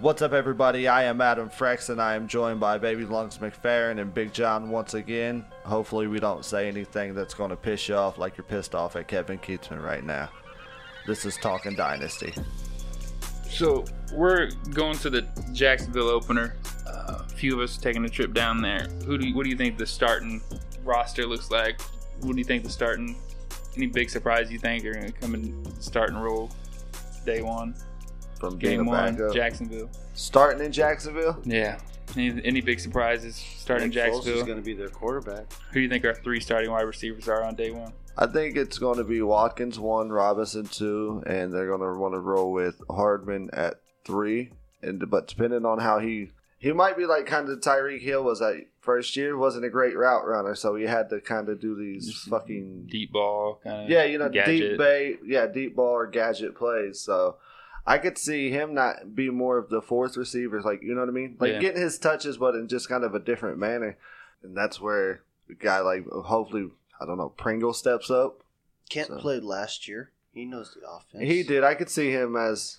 What's up, everybody? I am Adam Frex, and I am joined by Baby Lungs McFarren and Big John once again. Hopefully, we don't say anything that's going to piss you off like you're pissed off at Kevin Keatsman right now. This is Talking Dynasty. So we're going to the Jacksonville opener. Uh, a few of us taking a trip down there. Who do you, what do you think the starting roster looks like? What do you think the starting? Any big surprise you think are going to come in starting role day one? From Game being a one, backup. Jacksonville. starting in Jacksonville. Yeah. Any, any big surprises starting Nick Foles Jacksonville? is going to be their quarterback. Who do you think our three starting wide receivers are on day one? I think it's going to be Watkins one, Robinson two, and they're going to want to roll with Hardman at three. And but depending on how he he might be like kind of Tyreek Hill was that first year wasn't a great route runner, so he had to kind of do these Just fucking Deep ball, kind of. yeah, you know, gadget. deep bay, yeah, deep ball or gadget plays. So I could see him not be more of the fourth receiver, like you know what I mean, like Yeah. getting his touches, but in just kind of a different manner. And that's where a guy like hopefully I don't know Pringle steps up. Kent So- played last year. He knows the offense. He did. I could see him as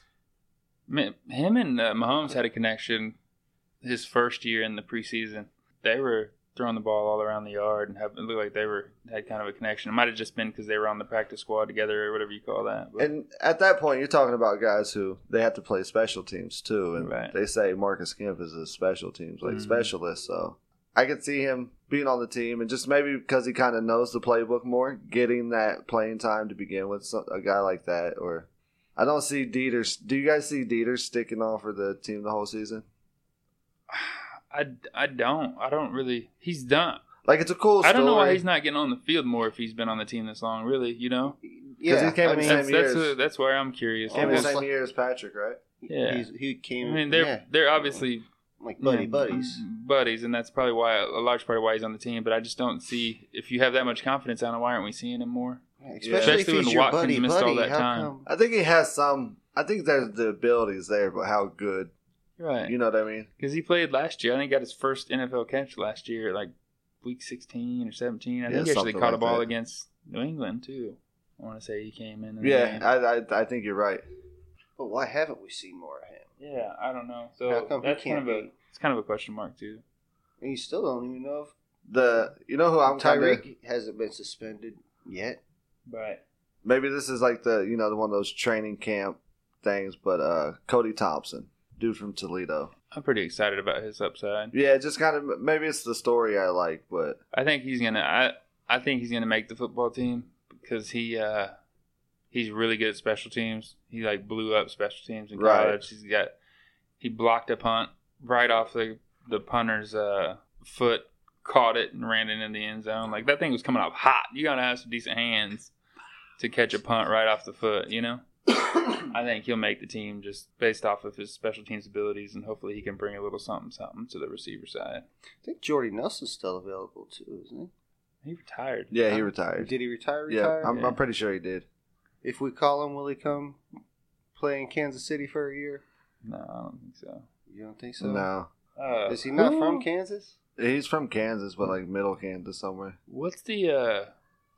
Man, him and uh, Mahomes had a connection his first year in the preseason. They were throwing the ball all around the yard and have, it looked like they were had kind of a connection. It might have just been because they were on the practice squad together or whatever you call that. But And at that point, you're talking about guys who they have to play special teams too, and Right. they say Marcus Kemp is a special teams like Mhm. specialist. So I could see him being on the team, and just maybe because he kind of knows the playbook more, getting that playing time to begin with so- a guy like that. Or I don't see Dieter. Do you guys see Dieter sticking on for the team the whole season? I, I don't I don't really he's done. Like it's a cool. Story. I don't know why he's not getting on the field more if he's been on the team this long. Really, you know, because Yeah, he came I in the mean- same that's that's, years. who- that's where I'm curious. Came in the almost same like- year as Patrick, right? Yeah. He's, he I came. mean, they're yeah, they're obviously like buddy Yeah, buddies. buddies, and that's probably why a large part of why he's on the team. But I just don't see if you have that much confidence on him, why aren't we seeing him more? Yeah, especially if Especially when he's your Watkins buddy missed all buddy. that How time. come? I think he has some. I think there's the abilities there, but how good? Right. You know what I mean? Because he played last year. I think he got his first NFL catch last year, like week 16 or Yeah, 17. I think he actually something caught a like ball that. against New England, too. I want to say he came in. and- Yeah, I, Mm-hmm. I I think you're right. But why haven't we seen more of him? yeah, I don't know. So How come he that's can't kind of a be? it's kind of a question mark too. And you still don't even know if The you know who Oh, I'm Tyreek Tyreek. hasn't been suspended yet. But Maybe this is like the you know the one of those training camp things, but uh Cody Thompson, dude from Toledo. I'm pretty excited about his upside. Yeah, just kind of maybe it's the story I like, but I think he's gonna. I I think he's gonna make the football team because he uh he's really good at special teams. He like blew up special teams in Right. college. He's got he blocked a punt right off the the punter's uh foot, caught it and ran it in the end zone. Like that thing was coming up hot. You gotta have some decent hands to catch a punt right off the foot. You know. I think he'll make the team just based off of his special teams abilities, and hopefully he can bring a little something something to the receiver side. I think Jordy Nelson's still available too, isn't He retired. yeah, he Um, he? retired. Did he retire? yeah, Retire? I'm, Yeah. I'm pretty sure he did. If we call him, will he come play in Kansas City for a year? No, I don't think so. You don't think so? no, Uh, Is he not who- from Kansas? he's from Kansas, but like middle Kansas somewhere. What's the uh,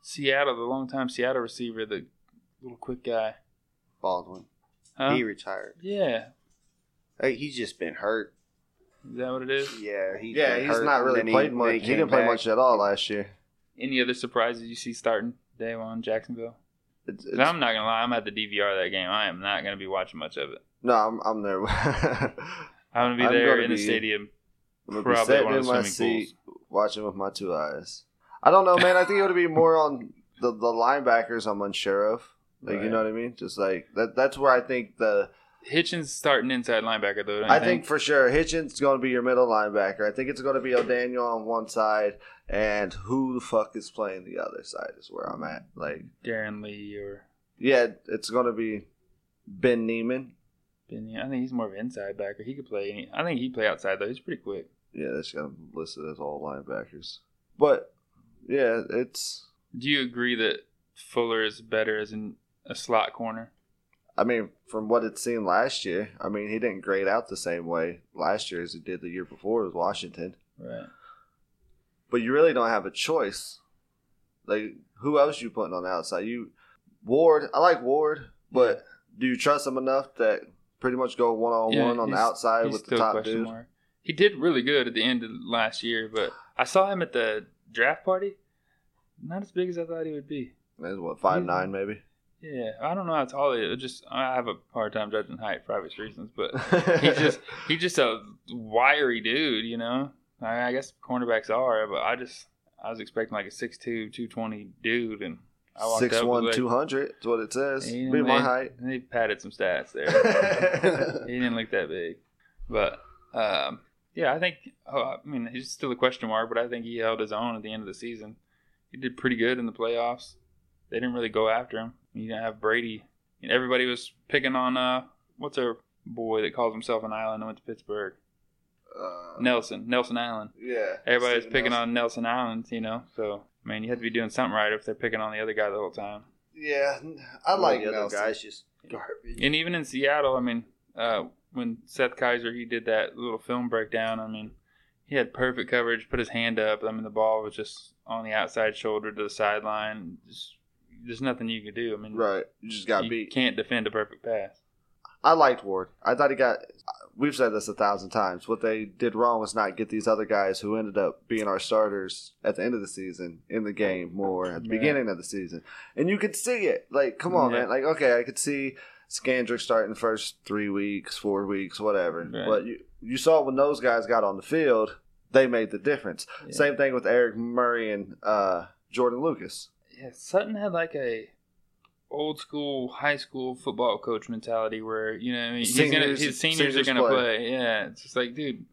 Seattle, the longtime Seattle receiver, the little quick guy? Baldwin. Huh? He retired. yeah. Hey, he's just been hurt. Is that what it is? Yeah, he's yeah, been he's hurt, not and really then played he- much. then He came didn't play back. much at all last year. Any other surprises you see starting day one, Jacksonville? It's, 'Cause it's- I'm not going to lie, I'm at the DVR that game. I am not going to be watching much of it. no, I'm I'm there. I'm going to I'm be there gonna in be the stadium. I'm gonna be Probably sitting one of in the my swimming seat watching with my two eyes. I don't know, man. I think it would be more on the, the linebackers I'm unsure of. Like you Right. know what I mean? Just like that that's where I think the Hitchens starting inside linebacker, though. Don't you I think for sure Hitchens is gonna be your middle linebacker. I think it's gonna be O'Daniel on one side and who the fuck is playing the other side is where I'm at. Like Darren Lee or yeah, it's gonna be Ben Neiman. Benny. I think he's more of an inside backer. He could play any. I think he'd play outside, though. He's pretty quick. Yeah, that's gonna be listed as all linebackers. But yeah, it's Do you agree that Fuller is better as an, a slot corner? I mean, from what it seemed last year, I mean, he didn't grade out the same way last year as he did the year before with Washington. Right. But you really don't have a choice. Like, who else you putting on the outside? You Ward. I like Ward, but do you trust him enough that pretty much go one on one Yeah, on the he's- outside He's with the still top question dude. mark. He did really good at the end of last year, but I saw him at the draft party. Not as big as I thought he would be. That's what five nine maybe. Yeah, I don't know how tall he is. It Just I have a hard time judging height for obvious reasons, but he's just he's just a wiry dude, you know. I, I guess cornerbacks are, but I just I was expecting like a 6'2", 220 dude, and I walked six up one with two hundred. That's what it says. Ain't Be no my man. height. Uh, Like, they padded some stats there. he didn't look that big, but um, yeah, I think. Oh, I mean, he's still a question mark, but I think he held his own at the end of the season. He did pretty good in the playoffs. They didn't really go after him. You didn't have Brady. And everybody was picking on uh, what's our boy that calls himself an island and went to Pittsburgh? Uh, Nelson, Nelson Island. Yeah. Everybody's Steven picking Nelson. on Nelson Island, you know. So, I mean, you have to be doing something right if they're picking on the other guy the whole time. Yeah, I All like the other Nelson. guys just Garbage. And even in Seattle, I mean, uh, when Seth Kaiser he did that little film breakdown, I mean, he had perfect coverage, put his hand up. I mean, the ball was just on the outside shoulder to the sideline. Just, there's nothing you could do. I mean, Right. You just got you beat. can't defend a perfect pass. I liked Ward. I thought he got. We've said this a thousand times. What they did wrong was not get these other guys who ended up being our starters at the end of the season in the game more at the Yeah. beginning of the season. And you could see it. Like, come on, Yeah. man. Like, okay, I could see Skandrick starting the first three weeks, four weeks, whatever. Right. But you, you saw when those guys got on the field, they made the difference. Yeah. Same thing with Eric Murray and uh, Jordan Lucas. Yeah, Sutton had like a old school high school football coach mentality where you know what I mean, he's gonna, Seniors- his seniors, seniors are gonna play. play. Yeah, it's just like dude,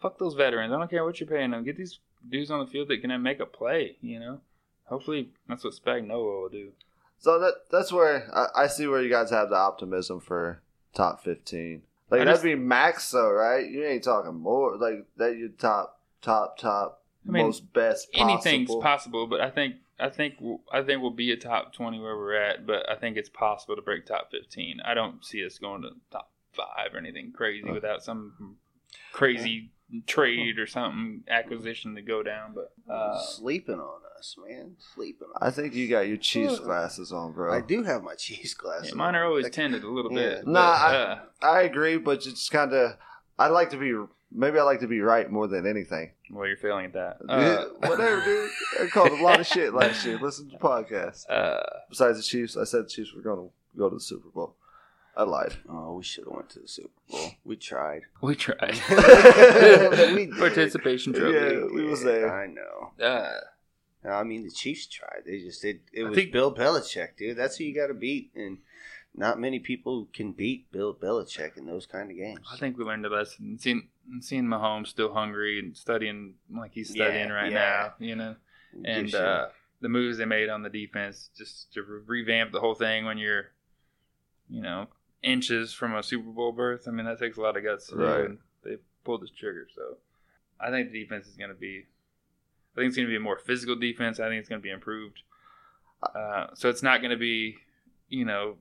fuck those veterans. I don't care what you're paying them. Get these dudes on the field that can make a play. You know, hopefully that's what Spagnuolo will do. So that that's where I, I see where you guys have the optimism for top fifteen. Like I that'd just- be max though, right? You ain't talking more like that. You top top top I mean, most best possible. Anything's possible, but I think I think we'll- I think we'll be a top twenty where we're at. But I think it's possible to break top fifteen. I don't see us going to top five or anything crazy Okay. without some crazy trade or something acquisition to go down. But uh, sleeping on us, man. Sleeping. On I think you got your Chiefs glasses on, bro. I I, do have my cheese glasses. yeah, mine are on. always Like, tinted a little Yeah. bit. Nah, I- uh, agree, but it's kind of I like to be maybe I like to be right more than anything. well, you're failing at that. Uh, Whatever, dude. I called a lot of shit last year. Listen to the podcast. uh, Besides the Chiefs, I said the Chiefs were going to go to the Super Bowl. I lied. Oh, we should have went to the Super Bowl. We tried. we tried. We did. Participation trophy. Yeah, we was there. I know. Uh, No, I mean, the Chiefs tried. They just did. It I was think- Bill Belichick, dude. That's who you got to beat, and not many people can beat Bill Belichick in those kind of games. I think we learned a lesson. Seeing seeing Mahomes still hungry and studying like he's Yeah, studying right yeah. now, you know, Give and shit. uh, the moves they made on the defense just to re- revamp the whole thing when you're, you know, inches from a Super Bowl berth. I mean, that takes a lot of guts. To do, Right. and they pulled the trigger, so I think the defense is going to be. I think it's going to be a more physical defense. I think it's going to be improved. Uh, so it's not going to be, you know,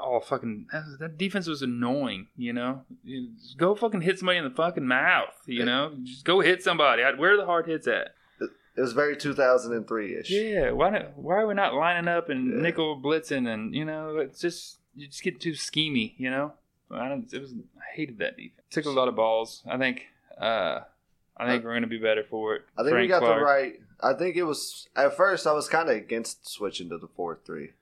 all fucking that, that defense was annoying. You know, You- just go fucking hit somebody in the fucking mouth. You know, just go hit somebody. I- Where are the hard hits at? It was very 2003 ish. Yeah, why don't, why are we not lining up and Yeah. nickel blitzing and you know it's just you just get too schemy, you know. I don't. It was I hated that defense. Took a lot of balls. I think. uh I think we're gonna be better for it. I think we Frank got Clark. the right. I think it was at first I was kind of against switching to the four three,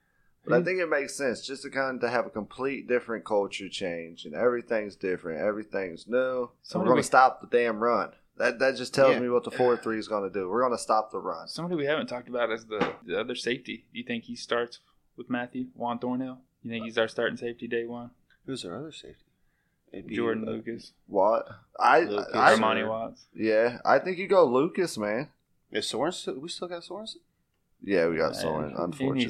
but I Mhm. think it makes sense just to kind of to have a complete different culture change and everything's different, everything's new. So we're Somebody- gonna stop the damn run. That that just tells Yeah. me what the four three is gonna do. We're gonna stop the run. Somebody we haven't talked about is the the other safety. Do you think he starts with Matthew Juan Thornhill? You think he's our starting safety day one? who's our other safety? It'd be, Jordan uh, Lucas, What I, Lucas. I, I Armani Watts. yeah I think you go Lucas man. Is Sorensen? We still got Sorensen. Yeah, we got Uh, someone he needs-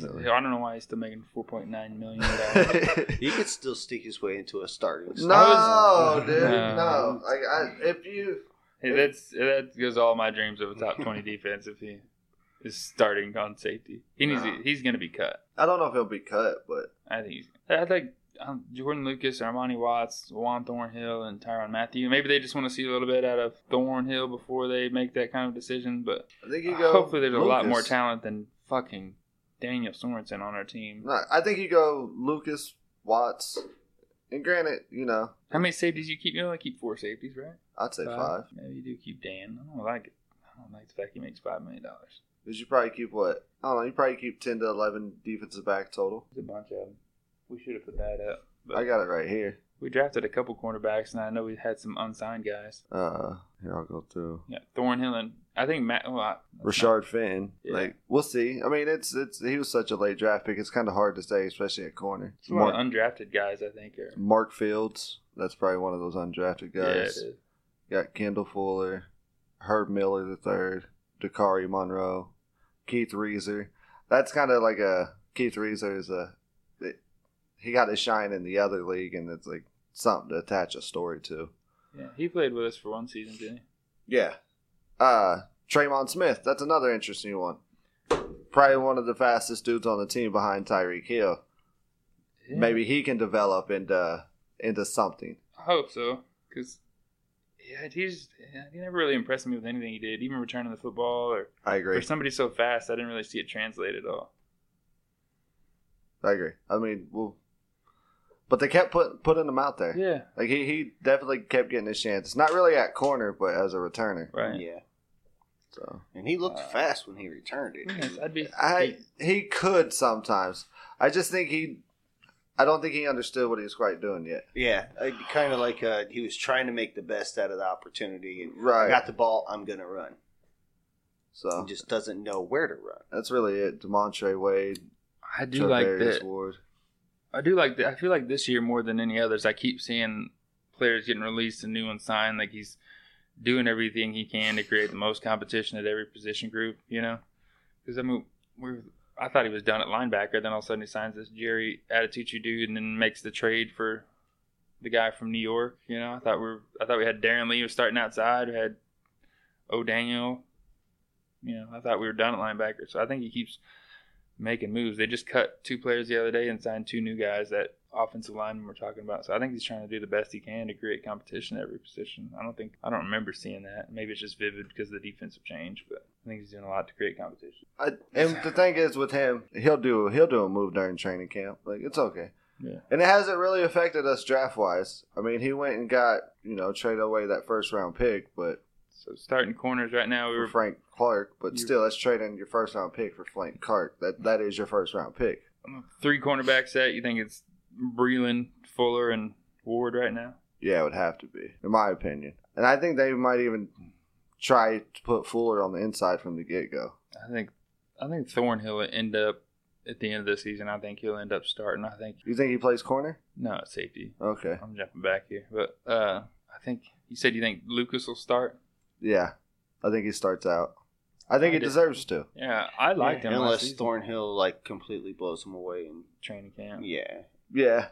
unfortunately. I don't know why he's still making four point nine million dollars. no, He could still stick his way into a starting. dude, I was- no. No. Like I, if you. Hey, that's that goes all my dreams of a top twenty defense if he is starting on safety. He needs Nah. to, he's gonna be cut. I don't know if he'll be cut, but I think he's, I think um, Jordan Lucas, Armani Watts, Juan Thornhill, and Tyron Matthew. Maybe they just want to see a little bit out of Thornhill before they make that kind of decision. But I think you go. Uh, hopefully, there's a lot more Lucas. talent than fucking Daniel Sorensen on our team. No, I think you go Lucas Watts And granted, you know, How many safeties you keep? You only keep four safeties, right? I'd say five. Maybe you do keep Dan. I don't like it. I don't like the fact he makes five million dollars. Because you probably keep what? I don't know. You probably keep 10 to 11 defensive back total. There's a bunch of them. We should have put that up. But I got it right here. we drafted a couple cornerbacks, and I know we had some unsigned guys. Uh, Here, I'll go through. Yeah, Thornhill and I think Matt. Well, I- Rashard Finn. Yeah. Like, we'll see. I mean, it's it's he was such a late draft pick. It's kind of hard to say, especially at corner. It's a lot Mark, of undrafted guys. I think. Or, Mark Fields. That's probably one of those undrafted yeah, it guys. is. Got Kendall Fuller, Herb Miller the third, Dakari Monroe, Keith Reeser. That's kind of like a Keith Reeser is a he got his shine in the other league, and it's like something to attach a story to. yeah, he played with us for one season, didn't he? Yeah. Uh Traymon Smith, that's another interesting one. Probably one of the fastest dudes on the team behind Tyreek Hill. Yeah. Maybe he can develop into into something. I hope so, because yeah, he's yeah, he never really impressed me with anything he did, even returning the football or I for agree. somebody so fast. I didn't really see it translate at all. I agree. I mean, well, but they kept putting putting him out there. Yeah, Like he, he definitely kept getting his chance. Not really at corner, but as a returner. right. Yeah, So and he looked Uh, fast when he returned it. Yes, I'd be. I he could sometimes. I just think he I don't think he understood what he was quite doing yet. Yeah, kind of like uh, he was trying to make the best out of the opportunity. And I Right. Uh. got the ball, I'm gonna run. so He just doesn't know where to run. that's really it. Demontre Wade, I do like Travarius that. Ward. I do like that. I feel like this year more than any others, I keep seeing players getting released and new ones signed. Like he's doing everything he can to create the most competition at every position group. You know, because I mean, we're, I thought he was done at linebacker. Then all of a sudden he signs this Jerry Attitude dude, and then makes the trade for the guy from New York. You know, I thought we are I thought we had Darren Lee was starting outside. We had O'Daniel. You know, I thought we were done at linebacker. So I think he keeps making moves. They just cut two players the other day and signed two new guys that offensive lineman we're talking about. So I think he's trying to do the best he can to create competition at every position. I don't think I don't remember seeing that. Maybe it's just vivid because of the defensive change, but I think he's doing a lot to create competition. I, and the thing is with him, he'll do he'll do a move during training camp. Like it's okay. Yeah. And it hasn't really affected us draft wise. I mean, he went and got, you know, traded away that first round pick, but So starting corners right now, we for were Frank Clark, but You- still, that's trading your first round pick for Frank Clark. That that is your first round pick. three cornerback set. You think it's Breland, Fuller, and Ward right now? Yeah, it would have to be, in my opinion. And I think they might even try to put Fuller on the inside from the get go. I think I think Thornhill will end up at the end of the season. I think he'll end up starting. I think You think he plays corner? no it's safety. Okay, I'm jumping back here, but uh, I think you said you think Lucas will start. yeah, I think he starts out. I think I he did- deserves to. Yeah, I liked him last unless season. Thornhill like completely blows him away. And training yeah, camp. Yeah,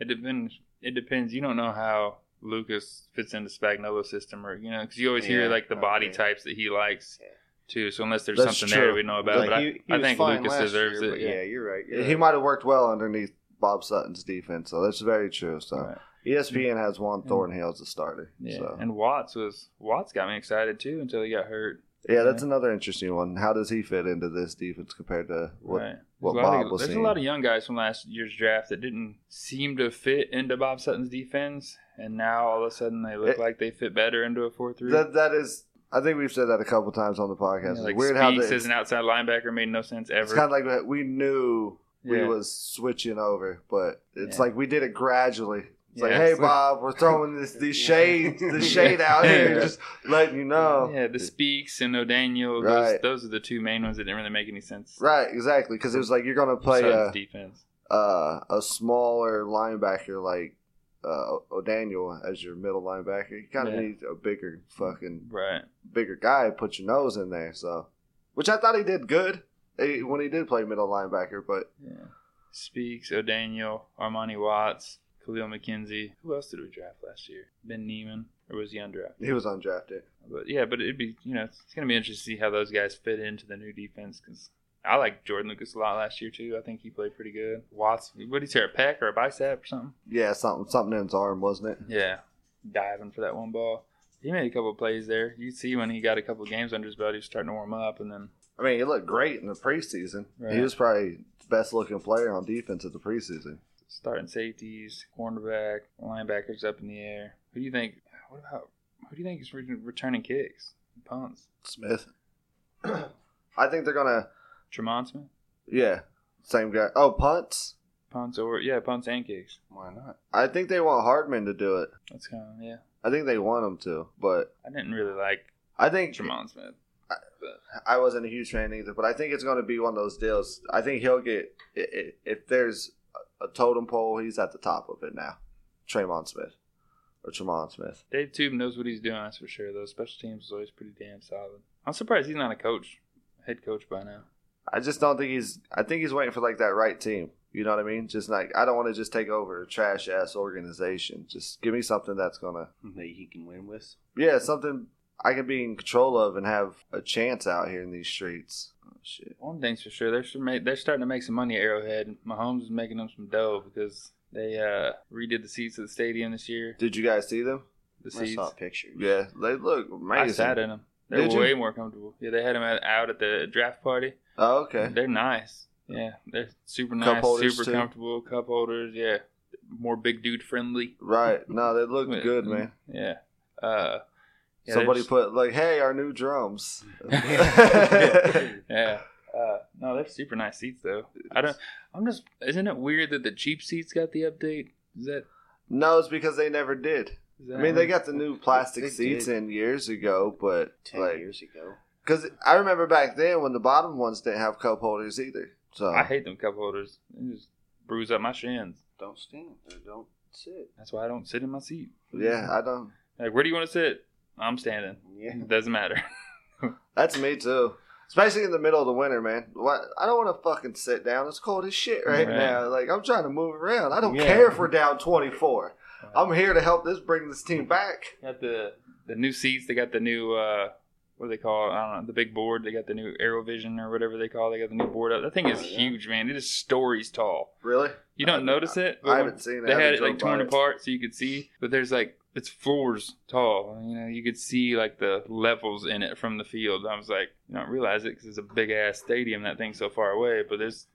It depends. It depends. You don't know how Lucas fits into Spagnolo's system, or you know, because you always hear Yeah, like the body okay. types that he likes Yeah. too. So unless there's That's something true. there we know about, Like, but he, I, I was think fine Lucas last deserves year, it. but Yeah. Yeah. you're right. You're he right. might have worked well underneath Bob Sutton's defense, so that's very true. So E Right. ESPN has Juan Yeah. Thornhill as a starter. Yeah. so. And Watts was Watts got me excited too until he got hurt. yeah, that's another interesting one. How does he fit into this defense compared to what right. what There's a lot Bob of- was There's seeing. a lot of young guys from last year's draft that didn't seem to fit into Bob Sutton's defense, and now all of a sudden they look It- like they fit better into a four-three. That that is, I think we've said that a couple times on the podcast. Yeah, it's like weird Speaks how the, as an outside linebacker made no sense ever. it's kind of like that we knew we Yeah. was switching over, but it's Yeah. like we did it gradually. It's like, Yeah, hey it's like- Bob, we're throwing this these Yeah. shades, the shade out here, Yeah. just letting you know. Yeah, the Speaks and O'Daniel. oh. Right. Those, those are the two main ones that didn't really make any sense. Right, exactly, because it was like you're gonna play Sutton's a defense. uh, a smaller linebacker like uh, O'Daniel as your middle linebacker. You kind of Yeah. need a bigger fucking Right. bigger guy, put your nose in there. So, which I thought he did good eh, when he did play middle linebacker. But Yeah. Speaks, O'Daniel, Armani Watts, Khalil McKenzie. Who else did we draft last year? Ben Neiman, or was he undrafted? he was undrafted. But yeah, but it'd be you know it's, gonna be interesting to see how those guys fit into the new defense because. I like Jordan Lucas a lot last year too. I think he played pretty good. Watts, what did he tear a pec or a bicep or something? Yeah, something something in his arm, wasn't it? Yeah, diving for that one ball. He made a couple plays there. You see when he got a couple games under his belt, he was starting to warm up, and then I mean, he looked great in the preseason. Right. He was probably the best looking player on defense at the preseason. starting safeties, cornerback, linebackers up in the air. Who do you think? What about who do you think is re- returning kicks, and punts? Smith. I think they're gonna Tremont Smith, yeah same guy. Oh punts. punts or yeah, punts and kicks. Why not? I think they want Hardman to do it. That's kind of yeah. I think they want him to, but I didn't really like I think Tremont Smith. I wasn't a huge fan either, but I think it's going to be one of those deals. I think he'll get i- i- if there's a a totem pole, he's at the top of it now. Tremont Smith or Tremont Smith. Dave Tube knows what he's doing. That's for sure. Though special teams is always pretty damn solid. I'm surprised he's not a coach, head coach by now. I just don't think he's. I think he's waiting for like that right team. You know what I mean? Just like I don't want to just take over a trash ass organization. Just give me something that's gonna That he can win with. yeah something I can be in control of and have a chance out here in these streets. Oh, shit. One thing's for sure, they're sure ma- they're starting to make some money. at Arrowhead, Mahomes is making them some dough because they uh, redid the seats at the stadium this year. Did you guys see them? The I seats, saw pictures. Yeah, they look amazing. I sat in them. They Did were you? way more comfortable. Yeah, they had them at, out at the draft party. Oh, okay. They're nice. Yeah, they're super Cup nice, holders, super too. comfortable. Cup holders, yeah, more big dude friendly. Right. No, they look good, man. Yeah. Uh, yeah, Somebody they're- put like, "Hey, our new drums." Yeah. Uh, no, they're super nice seats though. I don't. I'm just. Isn't it weird that the cheap seats got the update? Is that? no, it's because they never did. Is that I mean, they got the new plastic They seats did. in years ago, but Ten like, years ago. because I remember back then when the bottom ones didn't have cup holders either. So I hate them cup holders. They just bruise up my shins. Don't stand or don't sit. That's why I don't sit in my seat. yeah, I don't. Like, where do you want to sit? I'm standing. Yeah. It doesn't matter. That's me too. Especially in the middle of the winter, man. Why, I don't want to fucking sit down. It's cold as shit right, Right. now. Like I'm trying to move around. I don't Yeah. care if we're down 24. I'm here to help this bring this team back. got the the new seats. They got the new uh, what do they call it? I don't know. The big board. They got the new Aero Vision or whatever they call. It. They got the new board up. That thing is Oh, yeah. huge, man. It is stories tall. Really? You don't I- notice it. but I when- haven't seen it. they I had haven't it like drove torn by it. apart so you could see but there's like it's floors tall you know you could see like the levels in it from the field i was like you don't realize it because it's a big ass stadium that thing's so far away but there's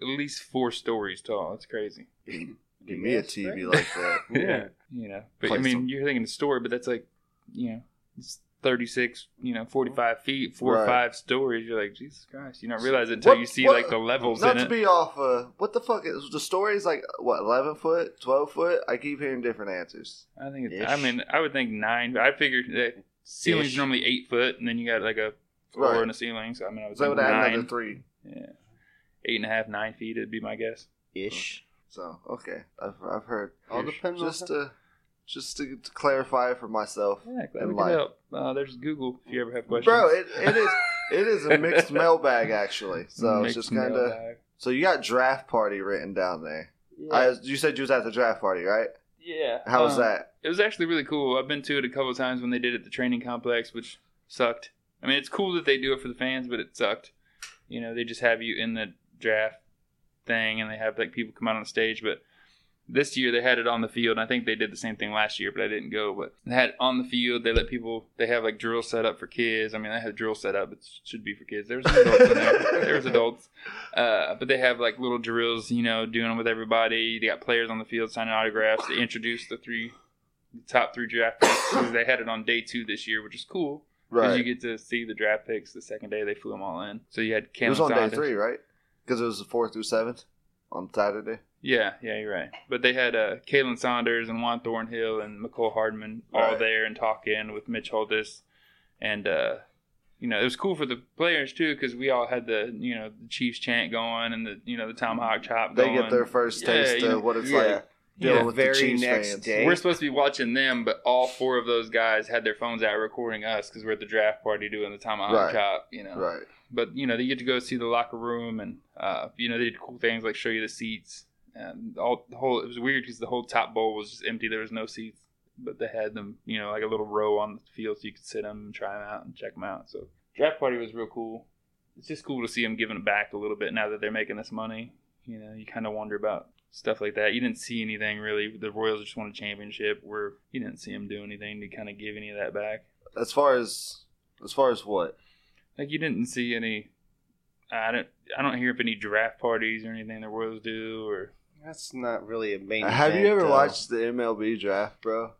at least four stories tall it's crazy Give me a Yes, TV right? like that. Yeah. you know but i Place mean them. you're thinking the story but that's like you know it's 36 you know 45 feet four or Right. five stories you're like jesus christ you don't realize it until What- you see what- like the levels Not to in it be off. Uh, what the fuck is the story? Is like what eleven foot, twelve foot. I keep hearing different answers. I think it's, I Ish. mean, I would think nine. I figured that ceiling's Ish. normally eight foot, and then you got like a floor Right. and a ceiling. So I mean, I would So I think would add another nine, three. yeah, eight and a half, nine feet. It'd be my guess. Ish. So okay, I've, I've heard. All depends on Just to just to, to clarify for myself, Yeah, glad In we could life. help. Uh, there's Google if you ever have questions. bro. It, it is it is a mixed mailbag actually. So Mixed it's just kind of. mailbag. So you got draft party written down there. Yeah. I, you said you was at the draft party, right? yeah. How was Um, that? It was actually really cool. I've been to it a couple times when they did it at the training complex, which sucked. I mean, it's cool that they do it for the fans, but it sucked. You know, they just have you in the draft thing, and they have like people come out on the stage. But this year they had it on the field. And I think they did the same thing last year, but I didn't go. But they had it on the field. They let people. They have like drill set up for kids. I mean, they have drill set up. It should be for kids. There was adults in there. There was adults. Uh, but they have like little drills, you know, doing them with everybody. They got players on the field signing autographs. They introduced the three, the top three draft picks. 'cause They had it on day two this year, which is cool because Right. you get to see the draft picks. The second day they flew them all in, so you had It Cam. was on day Saunders. three, right? Because it was the fourth through seventh on Saturday. Yeah, yeah, you're right. But they had uh, Kalen Saunders and Juan Thornhill and McCole Hardman all Right. there and talking with Mitch Holdis, and uh, you know it was cool for the players too because we all had the you know the Chiefs chant going and the you know the tomahawk chop. They going. get their first Yeah, taste you know, of what it's yeah. like dealing Yeah. with the Very Chiefs next fans. day. We're supposed to be watching them, but all four of those guys had their phones out recording us because we're at the draft party doing the Right. tomahawk chop. You know, Right. but you know they get to go see the locker room and uh, you know they did cool things like show you the seats and all the whole it was weird because the whole top bowl was just empty there was no seats but they had them you know like a little row on the field so you could sit them and try them out and check them out so draft party was real cool it's just cool to see them giving it back a little bit now that they're making this money you know you kind of wonder about stuff like that you didn't see anything really the royals just won a championship where you didn't see them do anything to kind of give any of that back As far as as far as what? like you didn't see any. I don't. I don't hear of any draft parties or anything the Royals do, or That's not really a main. Have you event, ever though. watched the MLB draft, bro?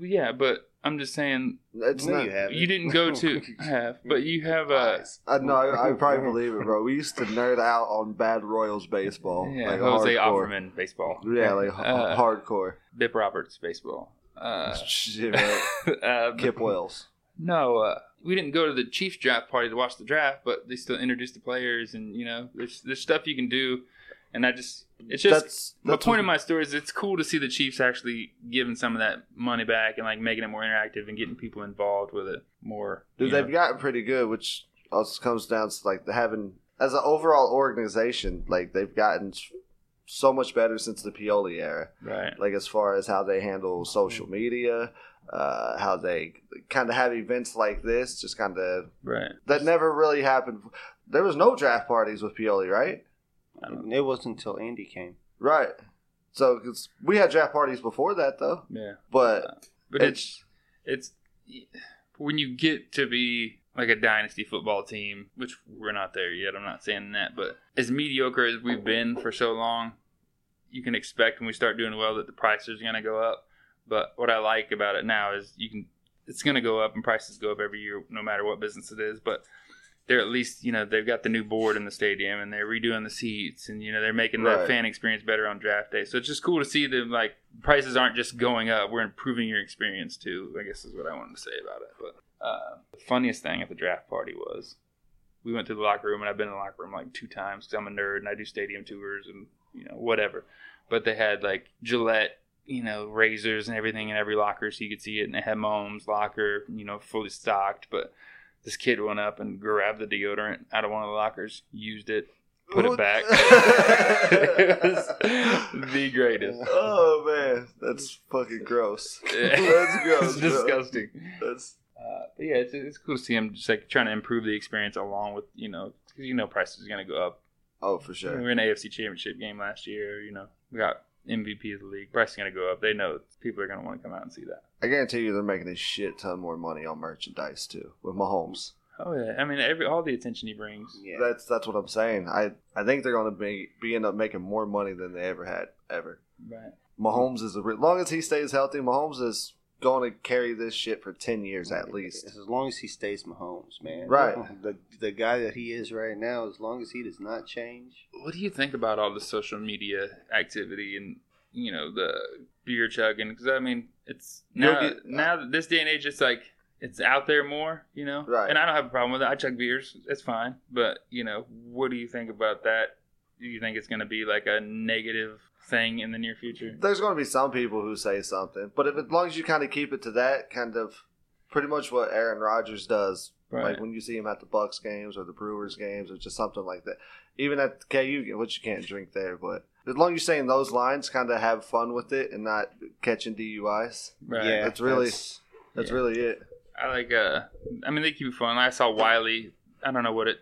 Yeah, but I'm just saying It's No, not. you haven't. you didn't go to I have, but you have uh, a Lies. I know. I, I probably believe it, bro. We used to nerd out on bad Royals baseball, yeah, like Jose hardcore. Offerman baseball. Yeah, like h- Uh, hardcore. Bip Roberts baseball. Uh, Shit, bro. uh, Kip Wells. No, uh, we didn't go to the Chiefs draft party to watch the draft, but they still introduced the players, and you know, there's there's stuff you can do, and I just it's just that's, the that's point of my story is it's cool to see the Chiefs actually giving some of that money back and like making it more interactive and getting people involved with it more. Dude, you know. they've gotten pretty good, which also comes down to like the having as an overall organization, like they've gotten s- so much better since the Pioli era. right. Like as far as how they handle social Mm-hmm. media, uh, how they kind of have events like this, just kind of Right. that never really happened. There was no draft parties with Pioli, right? It wasn't until Andy came. Right. So 'cause we had draft parties before that though, Yeah. but But it's, it's when you get to be like a dynasty football team, which we're not there yet. I'm not saying that, but as mediocre as we've been for so long, you can expect when we start doing well that the prices are going to go up. But what I like about it now is you can it's going to go up and prices go up every year, no matter what business it is. But they're at least you know they've got the new board in the stadium and they're redoing the seats and you know they're making the Right. fan experience better on draft day. So it's just cool to see them like prices aren't just going up. We're improving your experience too. I guess is what I wanted to say about it. But uh, the funniest thing at the draft party was we went to the locker room and I've been in the locker room like two times because I'm a nerd and I do stadium tours and you know whatever. But they had like Gillette, you know, razors and everything in every locker, so you could see it. And they had Mahomes' locker, you know, fully stocked. But this kid went up and grabbed the deodorant out of one of the lockers, used it, put it back. it was the greatest. oh man, that's fucking gross. Yeah. That's gross. it's bro. disgusting. That's Uh, but yeah, it's, it's cool to see him just like trying to improve the experience along with you know because you know prices are going to go up. oh for I mean, sure. We were in the AFC Championship game last year. You know, we got MVP of the league. Price is going to go up. They know people are going to want to come out and see that. I guarantee you, they're making a shit ton more money on merchandise too with Mahomes. Oh yeah, I mean every all the attention he brings. Yeah. That's that's what I'm saying. I I think they're gonna be be end up making more money than they ever had ever. Right. Mahomes is a re- long as he stays healthy. Mahomes is going to carry this shit for ten years at least. As long as he stays Mahomes, man. Right. The the guy that he is right now, as long as he does not change. What do you think about all the social media activity and you know the beer chugging? Because I mean, it's You'll now get- now that this day and age, it's like it's out there more. You know, Right. And I don't have a problem with it. I chug beers. It's fine. But you know, what do you think about that? Do you think it's going to be like a negative thing in the near future? There's going to be some people who say something, but if as long as you kind of keep it to that kind of pretty much what Aaron Rodgers does, Right. like when you see him at the Bucks games or the Brewers games or just something like that. Even at KU, which you can't drink there, but as long as you're saying those lines, kind of have fun with it and not catching DUIs. Right. Yeah, That's really- that's- That's Yeah. really it. I like uh I mean they keep it fun. I saw Wiley I don't know what it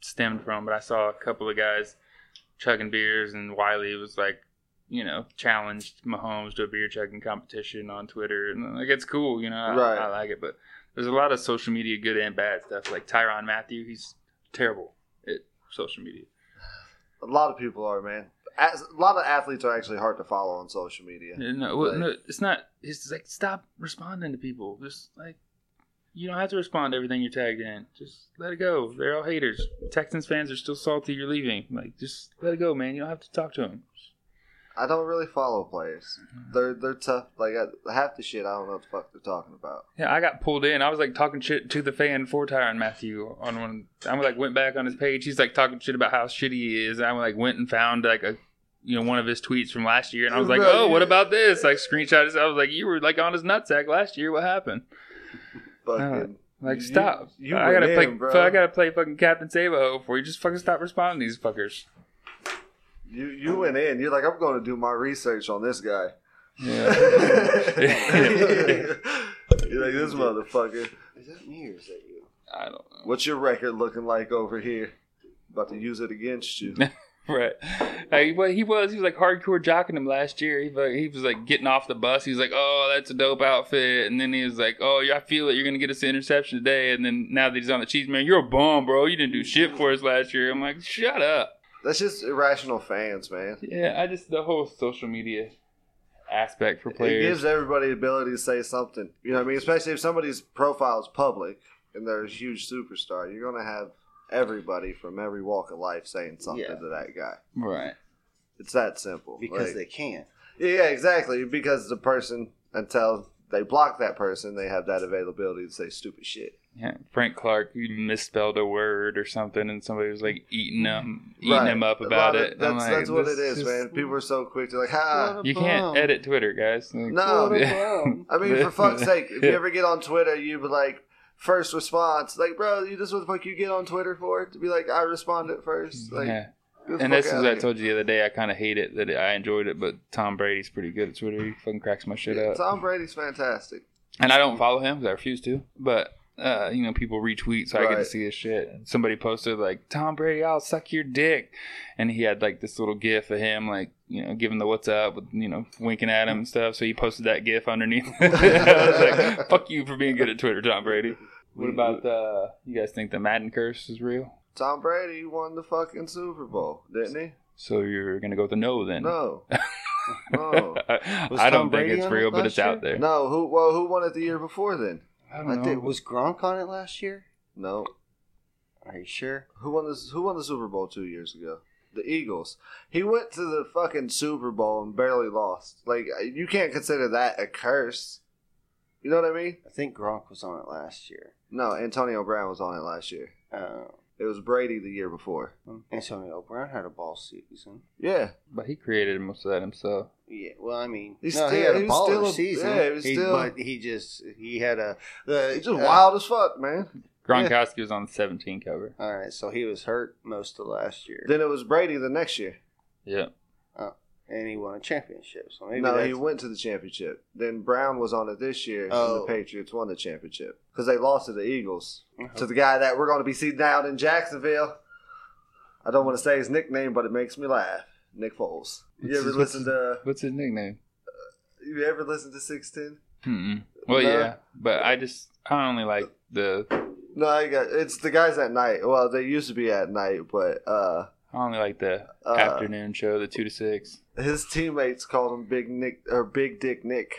stemmed from, but I saw a couple of guys chugging beers and Wiley was like, you know, challenged Mahomes to a beer chugging competition on Twitter and like it's cool, you know, I, Right. I like it. But there's a lot of social media good and bad stuff. Like Tyron Matthew, he's terrible at social media. A lot of people are, man. As, a lot of athletes are actually hard to follow on social media. No, well, Like- no, it's not. It's just like stop responding to people. Just like you don't have to respond to everything you're tagged in. Just let it go. They're all haters. Texans fans are still salty. You're leaving. Like just let it go, man. You don't have to talk to them. I don't really follow players. They're they're tough. Like I, half the shit, I don't know what the fuck they're talking about. Yeah, I got pulled in. I was like talking shit to the fan for Tyron Matthew on one. I like went back on his page. He's like talking shit about how shitty he is. And I like went and found like a you know one of his tweets from last year, and I was like, Right. oh, what about this? Like screenshot. his- I was like, you were like on his nutsack last year. What happened? Fucking Like You- stop! you I gotta were play. in, bro. I gotta play fucking Captain Sabo before you just fucking stop responding to these fuckers. you you went in. You're like I'm going to do my research on this guy. Yeah. You're like this motherfucker. Is that me or is that you? I don't know. What's your record looking like over here? About to use it against you. Right? Like, what he was, he was like hardcore jocking him last year. He like, he was like getting off the bus. He was like, "Oh, that's a dope outfit," and then he was like, "Oh, yeah, I feel it. You're gonna get us an interception today." And then now that he's on the Chiefs, man, you're a bum, bro. You didn't do shit for us last year. I'm like, shut up. That's just irrational fans, man. Yeah, I just the whole social media aspect for It players. gives everybody the ability to say something. You know what I mean? Especially if somebody's profile is public and they're a huge superstar, you're going to have everybody from every walk of life saying something Yeah. to that guy. right. It's that simple. because Like- they can. Yeah, exactly. Because the person, until they block that person, they have that availability to say stupid shit. Yeah, Frank Clark, you misspelled a word or something, and somebody was like eating him, eating Right. him up A about lot of- it. I'm That's, like, that's what this it is, just- man. People are so quick to like, ha. What a You can't bum. edit Twitter, guys. Like, No. What a Yeah. bum. I mean, for fuck's sake, if you ever get on Twitter, you be like, first response. Like, bro, you just what the fuck you get on Twitter for? To be like, I responded first. Like, yeah. get the And fuck this is outta what I here. told you the other day. I kind of hate it that I enjoyed it, but Tom Brady's pretty good at Twitter. He fucking cracks my shit up. Tom Brady's fantastic. and I don't follow him because I refuse to. But uh, you know, people retweet, so I get to Right. see his shit. And somebody posted like Tom Brady, I'll suck your dick, and he had like this little gif of him like you know giving the what's up with you know winking at him and stuff. So he posted that gif underneath. I was like, fuck you for being good at Twitter, Tom Brady. What about uh, you guys? Think the Madden curse is real? Tom Brady won the fucking Super Bowl, didn't So you're gonna go with the no he? then? No. no. I, Was I Tom don't Brady think it's on real, it but last it's out year? there. No, who well who won it the year before then? I I don't know. think, was Gronk on it last year? No. Are you sure? Who won this? Who won the Super Bowl two years ago? The Eagles. He went to the fucking Super Bowl and barely lost. Like you can't consider that a curse. You know what I mean? I think Gronk was on it last year. No, Antonio Brown was on it last year. Uh, It was Brady the year before. Antonio Brown had a ball season. Yeah, but he created most of that himself. Yeah, well, I mean, He's no, he still- had a he was baller still a- season. yeah, he was he, still- but he just he had a the he's just uh, wild as fuck, man. Gronkowski was on the 17 cover. All right, so he was hurt most of last year, Then it was Brady the next year. Yeah. and he won a championship. So maybe No, that's, he went to the championship. Then Brown was on it this year, and Oh. the Patriots won the championship because they lost to the Eagles, Uh-huh. to the guy that we're going to be seeing down in Jacksonville. I don't want to say his nickname, but it makes me laugh. Nick Foles. You What's ever his- listen to? What's his nickname? You ever listen to Six Ten? Mm-mm. Well, No. yeah, but I just I only like the No, I got it's the guys at night. Well, they used to be at night, but uh, I only like the uh afternoon show, the two to six. his teammates called him Big Nick or Big Dick Nick.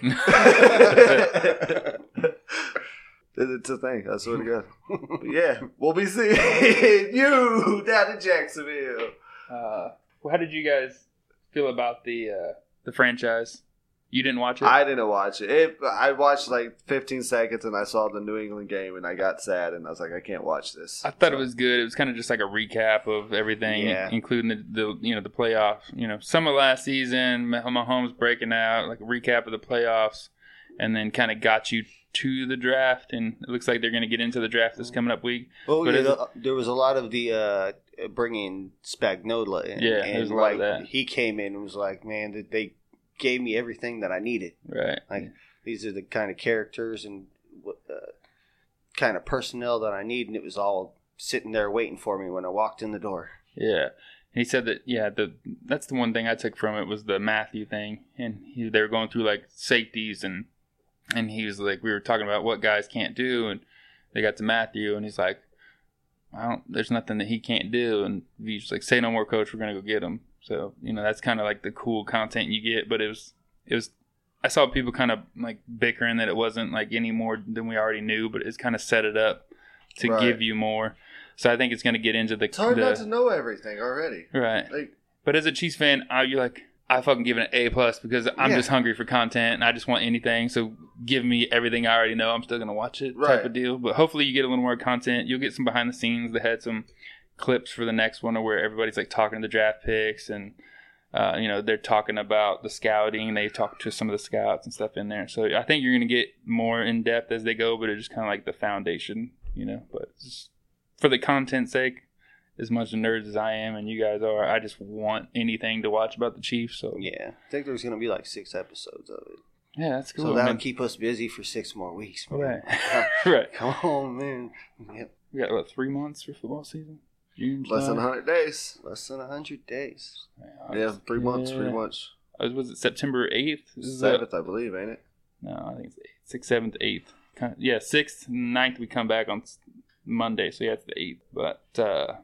it's a thing. I swear to God. But yeah, we'll be seeing you down in Jacksonville. Uh, well, how did you guys feel about the uh, the franchise? You didn't watch it. I didn't watch it. it. I watched like 15 seconds and I saw the New England game and I got sad and I was like, I can't watch this. I thought it was good. It was kind of just like a recap of everything, Yeah. including the, the you know the playoff. You know, summer last season, Mah- Mahomes breaking out, like a recap of the playoffs, and then kind of got you to the draft. And it looks like they're going to get into the draft this coming up week. Well, But yeah, is- the- there was a lot of the uh, bringing Spagnola in. Yeah, and there's a lot like of that. he came in and was like, "Man, that they gave me everything that I needed. Right. Like These are the kind of characters and what, uh, kind of personnel that I need." And it was all sitting there waiting for me when I walked in the door. Yeah. And he said that yeah, the that's the one thing I took from it was the Matthew thing. And he, they were going through like safeties and and he was like we were talking about what guys can't do and they got to Matthew and he's like I don't there's nothing that he can't do and he's like say no more coach, we're going to go get him. So, you know, that's kind of like the cool content you get, but it was it was I saw people kind of like bickering that it wasn't like any more than we already knew, but it's kind of set it up to Right. give you more. So I think it's going to get into the, It's hard the not to know everything already. right. Like, But as a Chiefs fan, I, you're like, I fucking give it an A plus because I'm Yeah. just hungry for content and I just want anything. So give me everything I already know. I'm still gonna watch it, type Right. of deal. But hopefully you get a little more content. You'll get some behind the scenes. They had some clips for the next one where everybody's like talking to the draft picks and. Uh, you know they're talking about the scouting. They talk to some of the scouts and stuff in there. So I think you're going to get more in depth as they go, but it's just kind of like the foundation, you know. But it's just for the content's sake, as much nerds as I am and you guys are, I just want anything to watch about the Chiefs. So yeah, Yeah, I think there's going to be like six episodes of it. that's cool. so that'll man. keep us busy for six more weeks. right, man. right. Come on, man. Yep, We got what three months for football season? June, less than July? 100 days. less than hundred days. Yeah, three months, three Yeah. months. Uh, Was it September eighth? Seventh, I believe, ain't it? No, I think it's eighth. sixth, seventh, eighth. Kind yeah, sixth, ninth. We come back on s- Monday, so yeah, it's the eighth. But uh,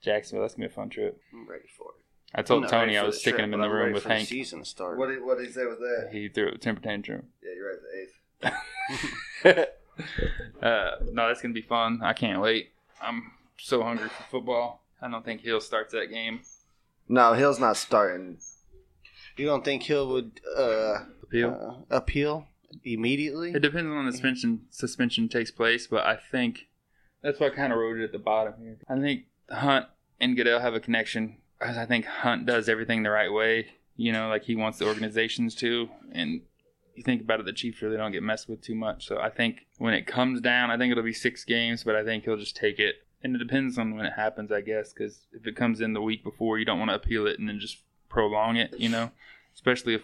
Jacksonville. That's gonna be a fun trip. I'm ready for it. I told I'm not ready Tony I for was the sticking trip, him in but the I'm room ready with for the Hank. season to start. What did, what did he say with that? He threw a temper tantrum. Yeah, you're right. The eighth. uh, no, that's gonna be fun. I can't wait. I'm so hungry for football. I don't think Hill starts that game. No, Hill's not starting. you don't think Hill would uh, Appeal. uh, appeal immediately? It depends on when the suspension suspension takes place, but I think that's why I kind of wrote it at the bottom here. I think Hunt and Goodell have a connection. I I think Hunt does everything the right way, you know, like he wants the organizations to. And you think about it, the Chiefs really don't get messed with too much. So I think when it comes down, I think it'll be six games, but I think he'll just take it. And it depends on when it happens, I guess, because if it comes in the week before, you don't want to appeal it and then just prolong it, you know, especially if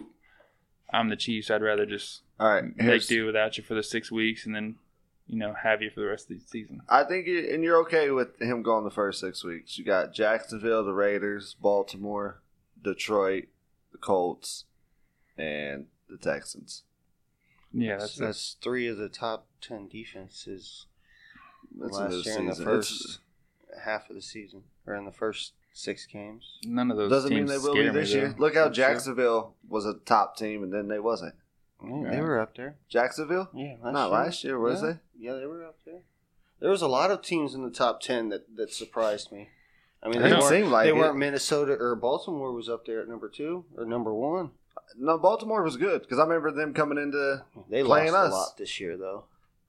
I'm the Chiefs, I'd rather just All right, here's- they do without you for the six weeks and then you know have you for the rest of the season I think, you, and you're okay with him going the first six weeks. You got Jacksonville, the Raiders, Baltimore, Detroit, the Colts, and the Texans. yeah that's, that's, that's three of the top ten defenses That's last another year in the season. first half of the season, or in the first six games. none of those Doesn't mean teams they will be scare me, this year. though. Look how That's true. Jacksonville was a top team, and then they wasn't. Yeah, They Right. were up there. Jacksonville, Yeah, not last year, was yeah. they? Yeah, they were up there. There was a lot of teams in the top ten that, that surprised me. I mean, It they, didn't weren't, seem like they it. weren't Minnesota or Baltimore was up there at number two or number one. No, Baltimore was good because I remember them coming into. They Playing lost us. a lot this year, though.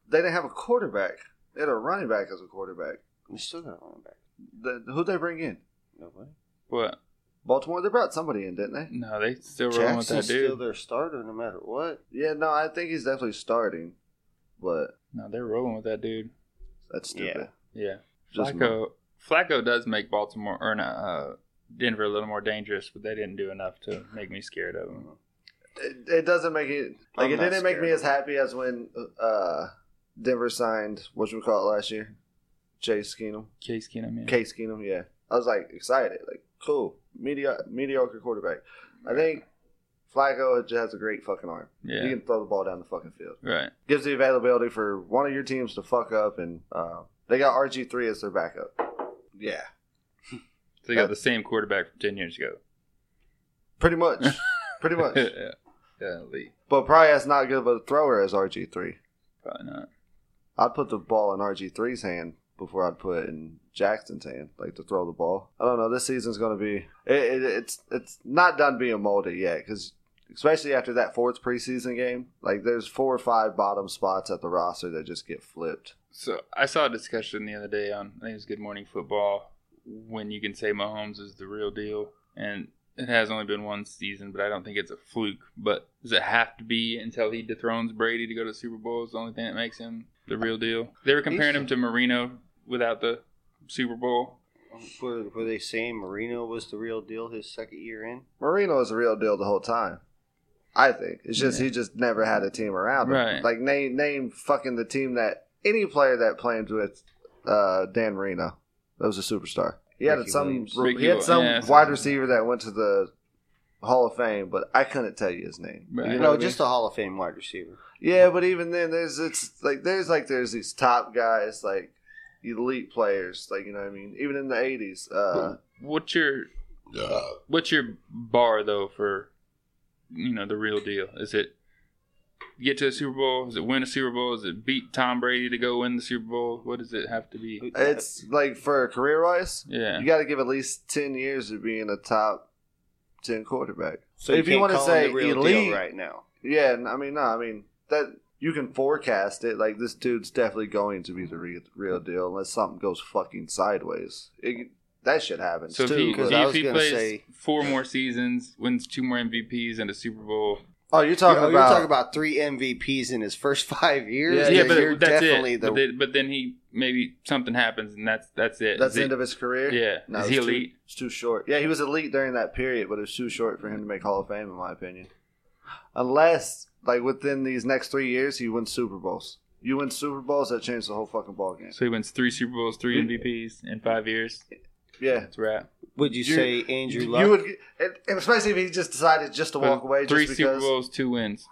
They didn't have a quarterback. They had a running back as a quarterback. We still got a running back. The, who'd they bring in? Nobody. what Baltimore. They brought somebody in, didn't they? no they still rolling with that Jackson's dude still their starter, no matter what. Yeah, no, I think he's definitely starting, but no they're rolling with that dude that's stupid. yeah Just flacco flacco does make baltimore or not uh denver a little more dangerous but they didn't do enough to make me scared of them It, it doesn't make it like I'm it not didn't make me scared. as happy as when uh Denver signed what you call it last year, Chase Keenum, case keenum yeah. Case Keenum. Yeah, I was like excited, like cool, mediocre, mediocre quarterback. I think Flacco just has a great fucking arm. He yeah can throw the ball down the fucking field. right Gives the availability for one of your teams to fuck up, and uh, they got RG three as their backup. Yeah, so Uh, they got the same quarterback from 10 years ago pretty much, pretty much. yeah yeah Lee. But probably as not good of a thrower as RG three. probably not I'd put the ball in RG 3s hand before I'd put it in Jackson's hand, like to throw the ball. I don't know. This season's going to be it, it, it's it's not done being molded yet because especially after that fourth preseason game, like there's four or five bottom spots at the roster that just get flipped. So I saw a discussion the other day on I think it was Good Morning Football when you can say Mahomes is the real deal, and it has only been one season, but I don't think it's a fluke. But does it have to be until he dethrones Brady to go to the Super Bowl? Is the only thing that makes him the real deal? They were comparing him to Marino without the Super Bowl. Were, were they saying Marino was the real deal his second year in? Marino is a real deal the whole time. I think it's just he just never had a team around him. Right. Like name name fucking the team that any player that played with uh, Dan Marino that was a superstar. He had Ricky some Williams. he Ricky had some Williams. Yeah, something like wide that. receiver that went to the Hall of Fame, but I couldn't tell you his name. Right. You know no, what I mean? just a Hall of Fame wide receiver. yeah, but even then, there's it's like there's like there's these top guys like elite players, like you know what I mean. Even in the '80s, uh, What's your what's your bar though for you know the real deal? Is it get to the Super Bowl? Is it win a Super Bowl? Is it beat Tom Brady to go win the Super Bowl? What does it have to be? it's like for career wise, Yeah. You got to give at least ten years of being a top ten quarterback. so if you can't wanna call him say the real elite- deal right now, Yeah, and I mean, no, I mean that you can forecast it. Like this dude's definitely going to be the real, real deal unless something goes fucking sideways. It, that shit happens So if too. he, but- Because if I he was gonna plays say- four more seasons, wins two more MVPs and a Super Bowl, oh, you're talking Yo, about? you're talking about three MVPs in his first five years. Yeah, yeah, yeah, but you're that's definitely it. the But, then, but then he maybe something happens and that's that's it. that's Is the it- end of his career. yeah. No, Is it's he too- elite? It's too short. Yeah, he was elite during that period, but it was too short for him to make Hall of Fame, in my opinion. Unless, like, within these next three years, he wins Super Bowls. You win Super Bowls, that changed the whole fucking ball game. So he wins three Super Bowls, three MVPs in five years. Mm-hmm. Yeah, That's a wrap. would you You're- say Andrew Luck? You would, and- and especially if he just decided just to walk away. three just Super because, Bowls, two wins.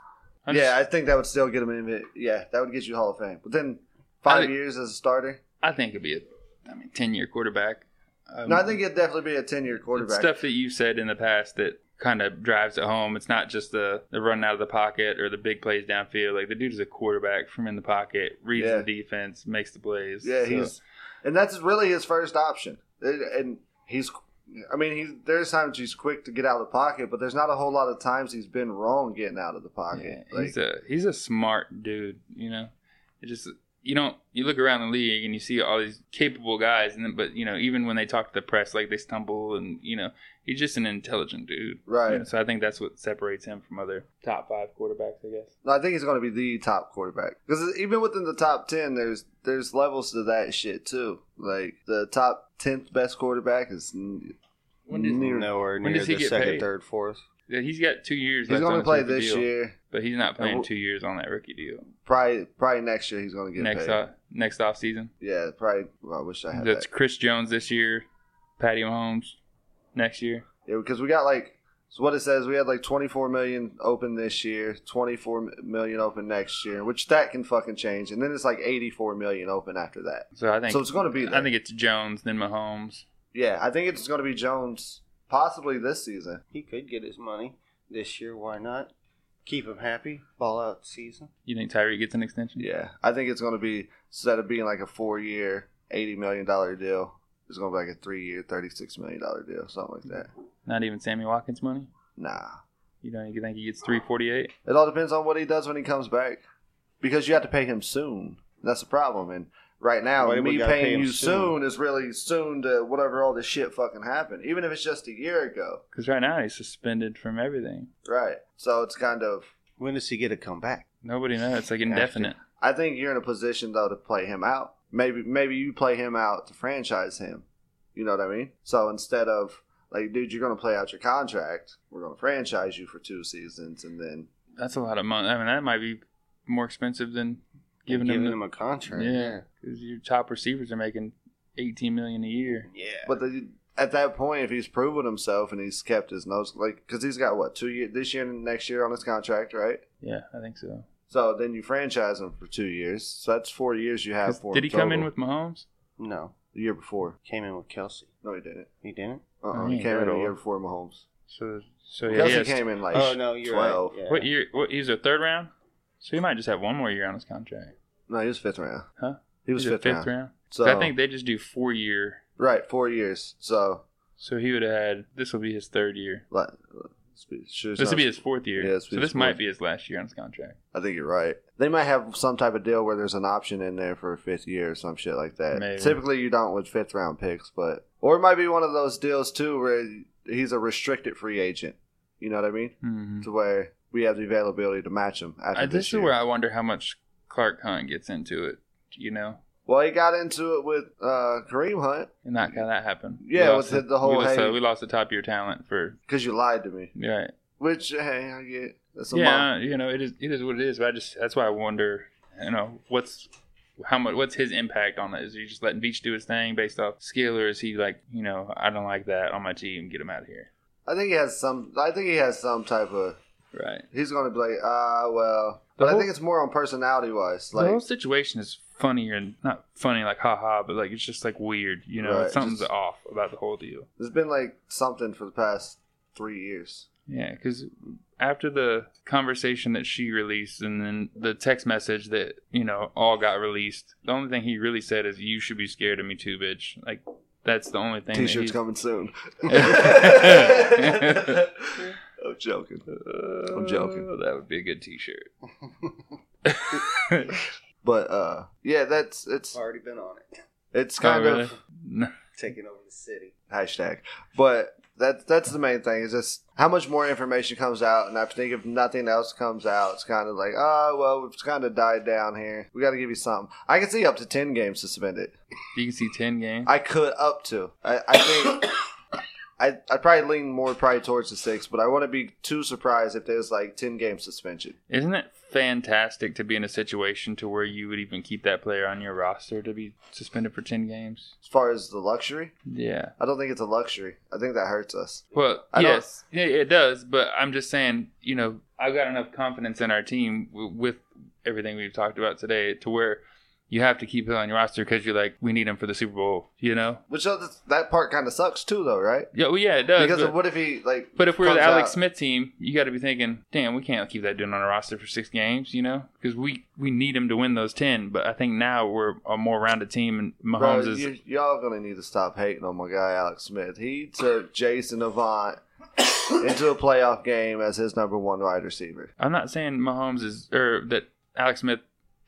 I'm yeah, just- I think that would still get him in. it. Yeah, that would get you Hall of Fame. But then five I- years as a starter. I, think it'd be a, I mean, ten year quarterback. Um, No, I think it'd definitely be a ten-year it's quarterback. stuff that you said in the past that kind of drives it home. It's not just the, the running out of the pocket or the big plays downfield. Like the dude is a quarterback from in the pocket, reads Yeah. the defense, makes the plays. yeah, So, he's and that's really his first option. It- and he's, I mean, he's there's times he's quick to get out of the pocket, but there's not a whole lot of times he's been wrong getting out of the yeah, pocket. like, he's a he's a smart dude. You know, it just you don't you look around the league and you see all these capable guys, and then, but you know even when they talk to the press, like they stumble and you know he's just an intelligent dude. right. You know, so I think that's what separates him from other top five quarterbacks, I guess. No, I think he's going to be the top quarterback because even within the top ten, there's there's levels to that shit too. Like the top tenth best quarterback is n- When does- near- Nowhere When near does he the get second, paid? third, fourth. Yeah, He's got two years. he's left going on to his play rookie this deal. year. But he's not And playing we'll- two years on that rookie deal. Probably probably next year he's going to get Next paid. off, next off season, Yeah, probably. Well, I wish I had that's that. Chris Jones this year, Patty Mahomes next year. Yeah, because we got like so what it says we had like 24 million open this year, 24 million open next year, which that can fucking change, and then it's like 84 million open after that. So I think So it's going to be. There. I think it's Jones then Mahomes. Yeah, I think it's going to be Jones possibly this season. He could get his money this year. Why not? Keep him happy. Ball out season. You think Tyree gets an extension? Yeah, I think it's going to be instead of being like a four-year, eighty million dollar deal, it's going to be like a three-year, thirty-six million dollar deal, something like that. Not even Sammy Watkins money. Nah, You don't even think he gets three forty eight? it all depends on what he does when he comes back, because you have to pay him soon. That's the problem, and right now, Why do we me gotta paying pay him you soon? soon? is really soon to whatever all this shit fucking happened, even if it's just a year ago, Because right now he's suspended from everything. right? So it's kind of. When does he get to come back? Nobody knows. It's like indefinite. I think you're in a position though to play him out. Maybe maybe you play him out to franchise him. You know what I mean? So instead of like, dude, you're gonna play out your contract. We're gonna franchise you for two seasons, and then That's a lot of money. I mean, that might be more expensive than giving, giving him. him a contract. yeah, because your top receivers are making eighteen million a year. Yeah. but the, at that point, if he's proven himself and he's kept his nose like, because he's got what two year this year and next year on his contract, right? Yeah, I think so. So then you franchise him for two years. So that's four years you have for. Did him he come in total. with Mahomes? No. the year before? Came in with Kelsey. No, he didn't. He didn't? Uh, uh Oh, he he came in the did. year before Mahomes. So, so yeah, Kelsey he has- came in like oh, no, you're twelve. right. Yeah. What year? What he's a third round, so he might just have one more year on his contract. No, he was fifth round. Huh? He was He's a fifth, round. So 'Cause I think they just do four year. right, four years. So So he would have had this will be his third year. like, let's be- sure, This would be his fourth year. Yeah, this would so be this his might fourth. be his last year on his contract. I think you're right. They might have some type of deal where there's an option in there for a fifth year or some shit like that. Maybe. Typically, you don't with fifth round picks, but or it might be one of those deals too where he's a restricted free agent. You know what I mean? Mhm. To where we have the availability to match him after I, this, this is year. where I wonder how much Clark Hunt gets into it. You know, well, he got into it with uh, Kareem Hunt and not how that happened. Yeah, lost with the- the whole we lost, hey- uh, we lost the top year talent for because you lied to me. right. Which hey, I get. That's a yeah, mom. you know, it is it is what it is. But I just that's why I wonder, you know, what's how much what's his impact on that? Is he just letting Beach do his thing based off skill, or is he like, you know, I don't like that on my team, get him out of here? I think he has some. I think he has some type of. Right. He's going to be like, ah, well. But whole- I think it's more on personality wise. the Like, whole situation is funnier and not funny like haha, but like it's just like weird, you know, Right, something's just- off about the whole deal. there's been like something for the past three years. Yeah, because after the conversation that she released and then the text message that, you know, all got released, the only thing he really said is, You should be scared of me too, bitch. Like, that's the only thing. that T shirts he's- coming soon. I'm joking. Uh, I'm joking. That would be a good t shirt. But, uh, yeah, that's, it's, Already been on it. it's kind Oh, really? of Taking over the city. hashtag. But that's, that's the main thing is just how much more information comes out. And I think if nothing else comes out, it's kind of like, oh, well, it's kind of died down here. We got to give you something. I can see up to 10 games suspended. You can see 10 games. I could up to. I, I think I I probably lean more probably towards the six, but I wouldn't be too surprised if there's like ten game suspension. Isn't it fantastic to be in a situation to where you would even keep that player on your roster to be suspended for 10 games? As far as the luxury, Yeah. I don't think it's a luxury. I think that hurts us. Well, I don't- yes, yeah, it does. But I'm just saying, you know, I've got enough confidence in our team w- with everything we've talked about today to where you have to keep him on your roster because you're like, we need him for the Super Bowl, you know? Which other, that part kind of sucks too, though, right? Yeah, well, yeah, it does. Because but, of what if he like? but if we're the comes Alex out- Smith team, you got to be thinking, damn, we can't keep that dude on our roster for six games, you know? Because we, we need him to win those 10. But I think now we're a more rounded team, and Bro, Mahomes is. you, y'all gonna need to stop hating on my guy Alex Smith. He took Jason Avant into a playoff game as his number one wide receiver. I'm not saying Mahomes is. or that Alex Smith,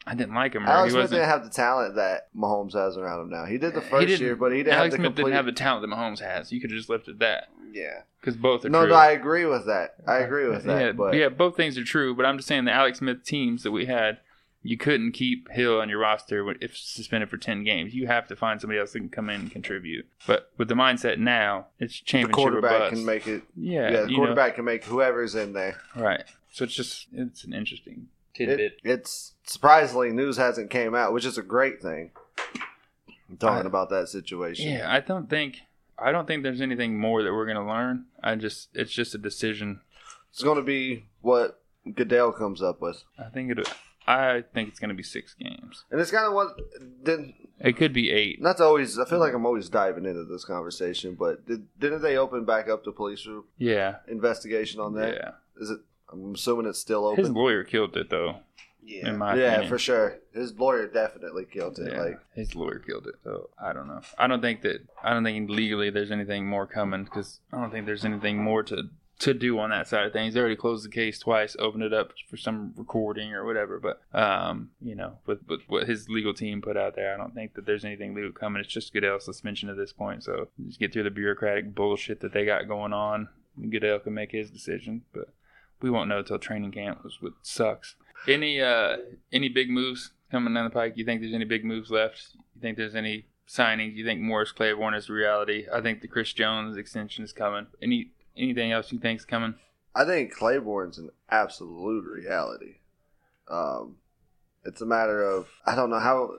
I didn't like him. Or Alex he Smith wasn't. didn't have the talent that Mahomes has around him now. He did the He first didn't- year, but he didn't Alex have the Smith complete. didn't have the talent that Mahomes has. You could have just left it that Yeah. because both are no, true. no, I agree with that. I agree with that. yeah, but yeah, both things are true. But I'm just saying the Alex Smith teams that we had, you couldn't keep Hill on your roster when- if suspended for ten games. You have to find somebody else that can come in and contribute. But with the mindset now, it's the championship or quarterback bust. can make it. yeah, Yeah, the you know, quarterback can make whoever's in there. right. So it's just it's an interesting tidbit. It, it's surprisingly news hasn't came out, which is a great thing. I'm talking I- about that situation. Yeah, I don't think I don't think there's anything more that we're gonna learn. I just it's just a decision. It's going to be what Goodell comes up with, I think it. I think it's gonna be six games. and it's kind of what. Didn't, It could be eight. not to always. I feel like I'm always diving into this conversation, but did, didn't they open back up the police Yeah, investigation on that? Is yeah. it? I'm assuming it's still His open. lawyer killed it though. Yeah. In my yeah, opinion. for sure. His lawyer definitely killed it. Yeah, Like his lawyer killed it. So I don't know. I don't think that. I don't think legally there's anything more coming because I don't think there's anything more to to do on that side of things. They already closed the case twice, opened it up for some recording or whatever. But um, you know, with with what his legal team put out there, I don't think that there's anything legal coming. It's just Goodell's suspension at this point. So just get through the bureaucratic bullshit that they got going on. Goodell can make his decision, but we won't know till training camp, which which sucks. Any uh any big moves coming down the pike? You think there's any big moves left? You think there's any signings? You think Morris Claiborne is a reality? I think the Chris Jones extension is coming. Any anything else you think's coming? I think Claiborne's an absolute reality. Um, it's a matter of I don't know how.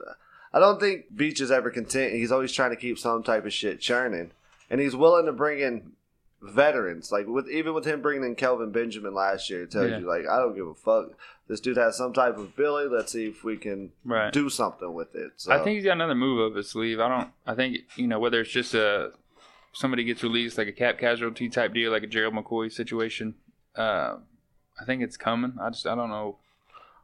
I don't think Beach is ever content. He's always trying to keep some type of shit churning, and he's willing to bring in veterans. Like with even with him bringing in Kelvin Benjamin last year, it tells Yeah. you like I don't give a fuck. This dude has some type of Billy. Let's see if we can Right. do something with it. So I think he's got another move up his sleeve. I don't. I think you know whether it's just a somebody gets released like a cap casualty type deal, like a Gerald McCoy situation. Uh, I think it's coming. I just I don't know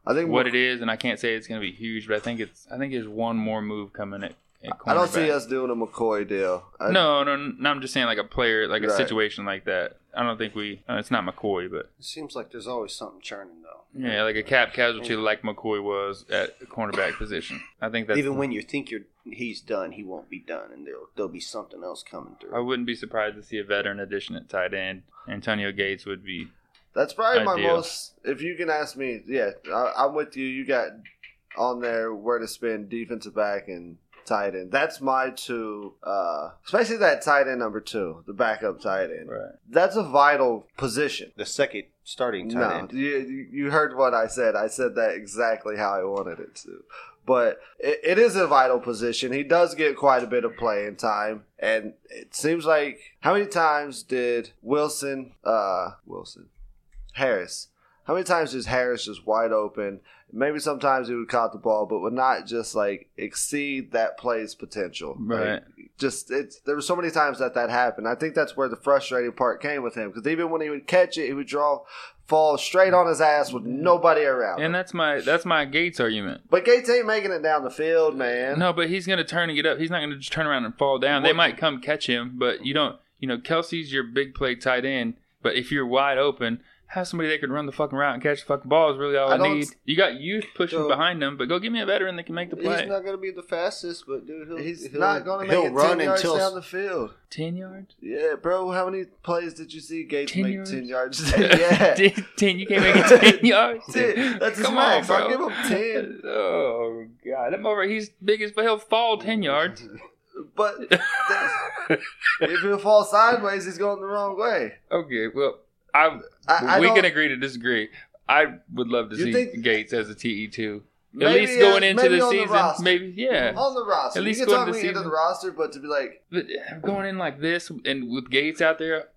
I think what it is, and I can't say it's going to be huge, but I think it's I think there's one more move coming at. at I don't see cornerback. us doing a McCoy deal. I, no, no, no, I'm just saying like a player, like a Right. situation like that. I don't think we. Uh, it's not McCoy, but It seems like there's always something churning though. yeah, like a cap casualty like McCoy was at the cornerback position. I think that's. Even when you think you're he's done, he won't be done, and there'll there'll be something else coming I through. wouldn't be surprised to see a veteran addition at tight end. Antonio Gates would be. That's probably my ideal. most. If you can ask me, yeah, I, I'm with you. You got on there where to spend defensive back and tight end. That's my two, uh, especially that tight end number two, the backup tight end. Right. That's a vital position. The second starting tight No, end. you, you- you heard what I said. I said that exactly how I wanted it to. But it, it is a vital position. He does get quite a bit of playing time, and it seems like how many times did Wilson, uh, Wilson, Harris, how many times is Harris just wide open? Maybe sometimes he would caught the ball, but would not just like exceed that play's potential. Like, Right. just it's there were so many times that that happened. I think that's where the frustrating part came with him because even when he would catch it, he would draw fall straight on his ass with nobody around. Mm-hmm. And him. that's my that's my Gates argument. but Gates ain't making it down the field, man. No, but he's going to turn and get up. He's not going to just turn around and fall down. They What- might come catch him, but you don't. You know, Kelsey's your big play tight end, but if you're wide open, have somebody that can run the fucking route and catch the fucking ball is really all I I, don't- need. You got youth pushing So- behind them, but go give me a veteran that can make the play. He's not going to be the fastest, but dude, he'll, he's he'll- not going to make he'll it ten yards down the field. Ten yards. Yeah, bro. How many plays did you see Gates 10 make yards? ten yards? yeah. ten, ten, You can't make it ten yards. Ten. That's his max. I'll give him 10. Oh god, I'm over. He's big as but he'll fall ten yards. But if he falls sideways, he's going the wrong way. okay, well, I I, I we don't- can agree to disagree. I would love to You see think- Gates as a TE two. At maybe least going as- into maybe the on season, roster. maybe yeah. on the roster. At least you go can into talk the me into the season. roster, but to be like, But going in like this and with Gates out there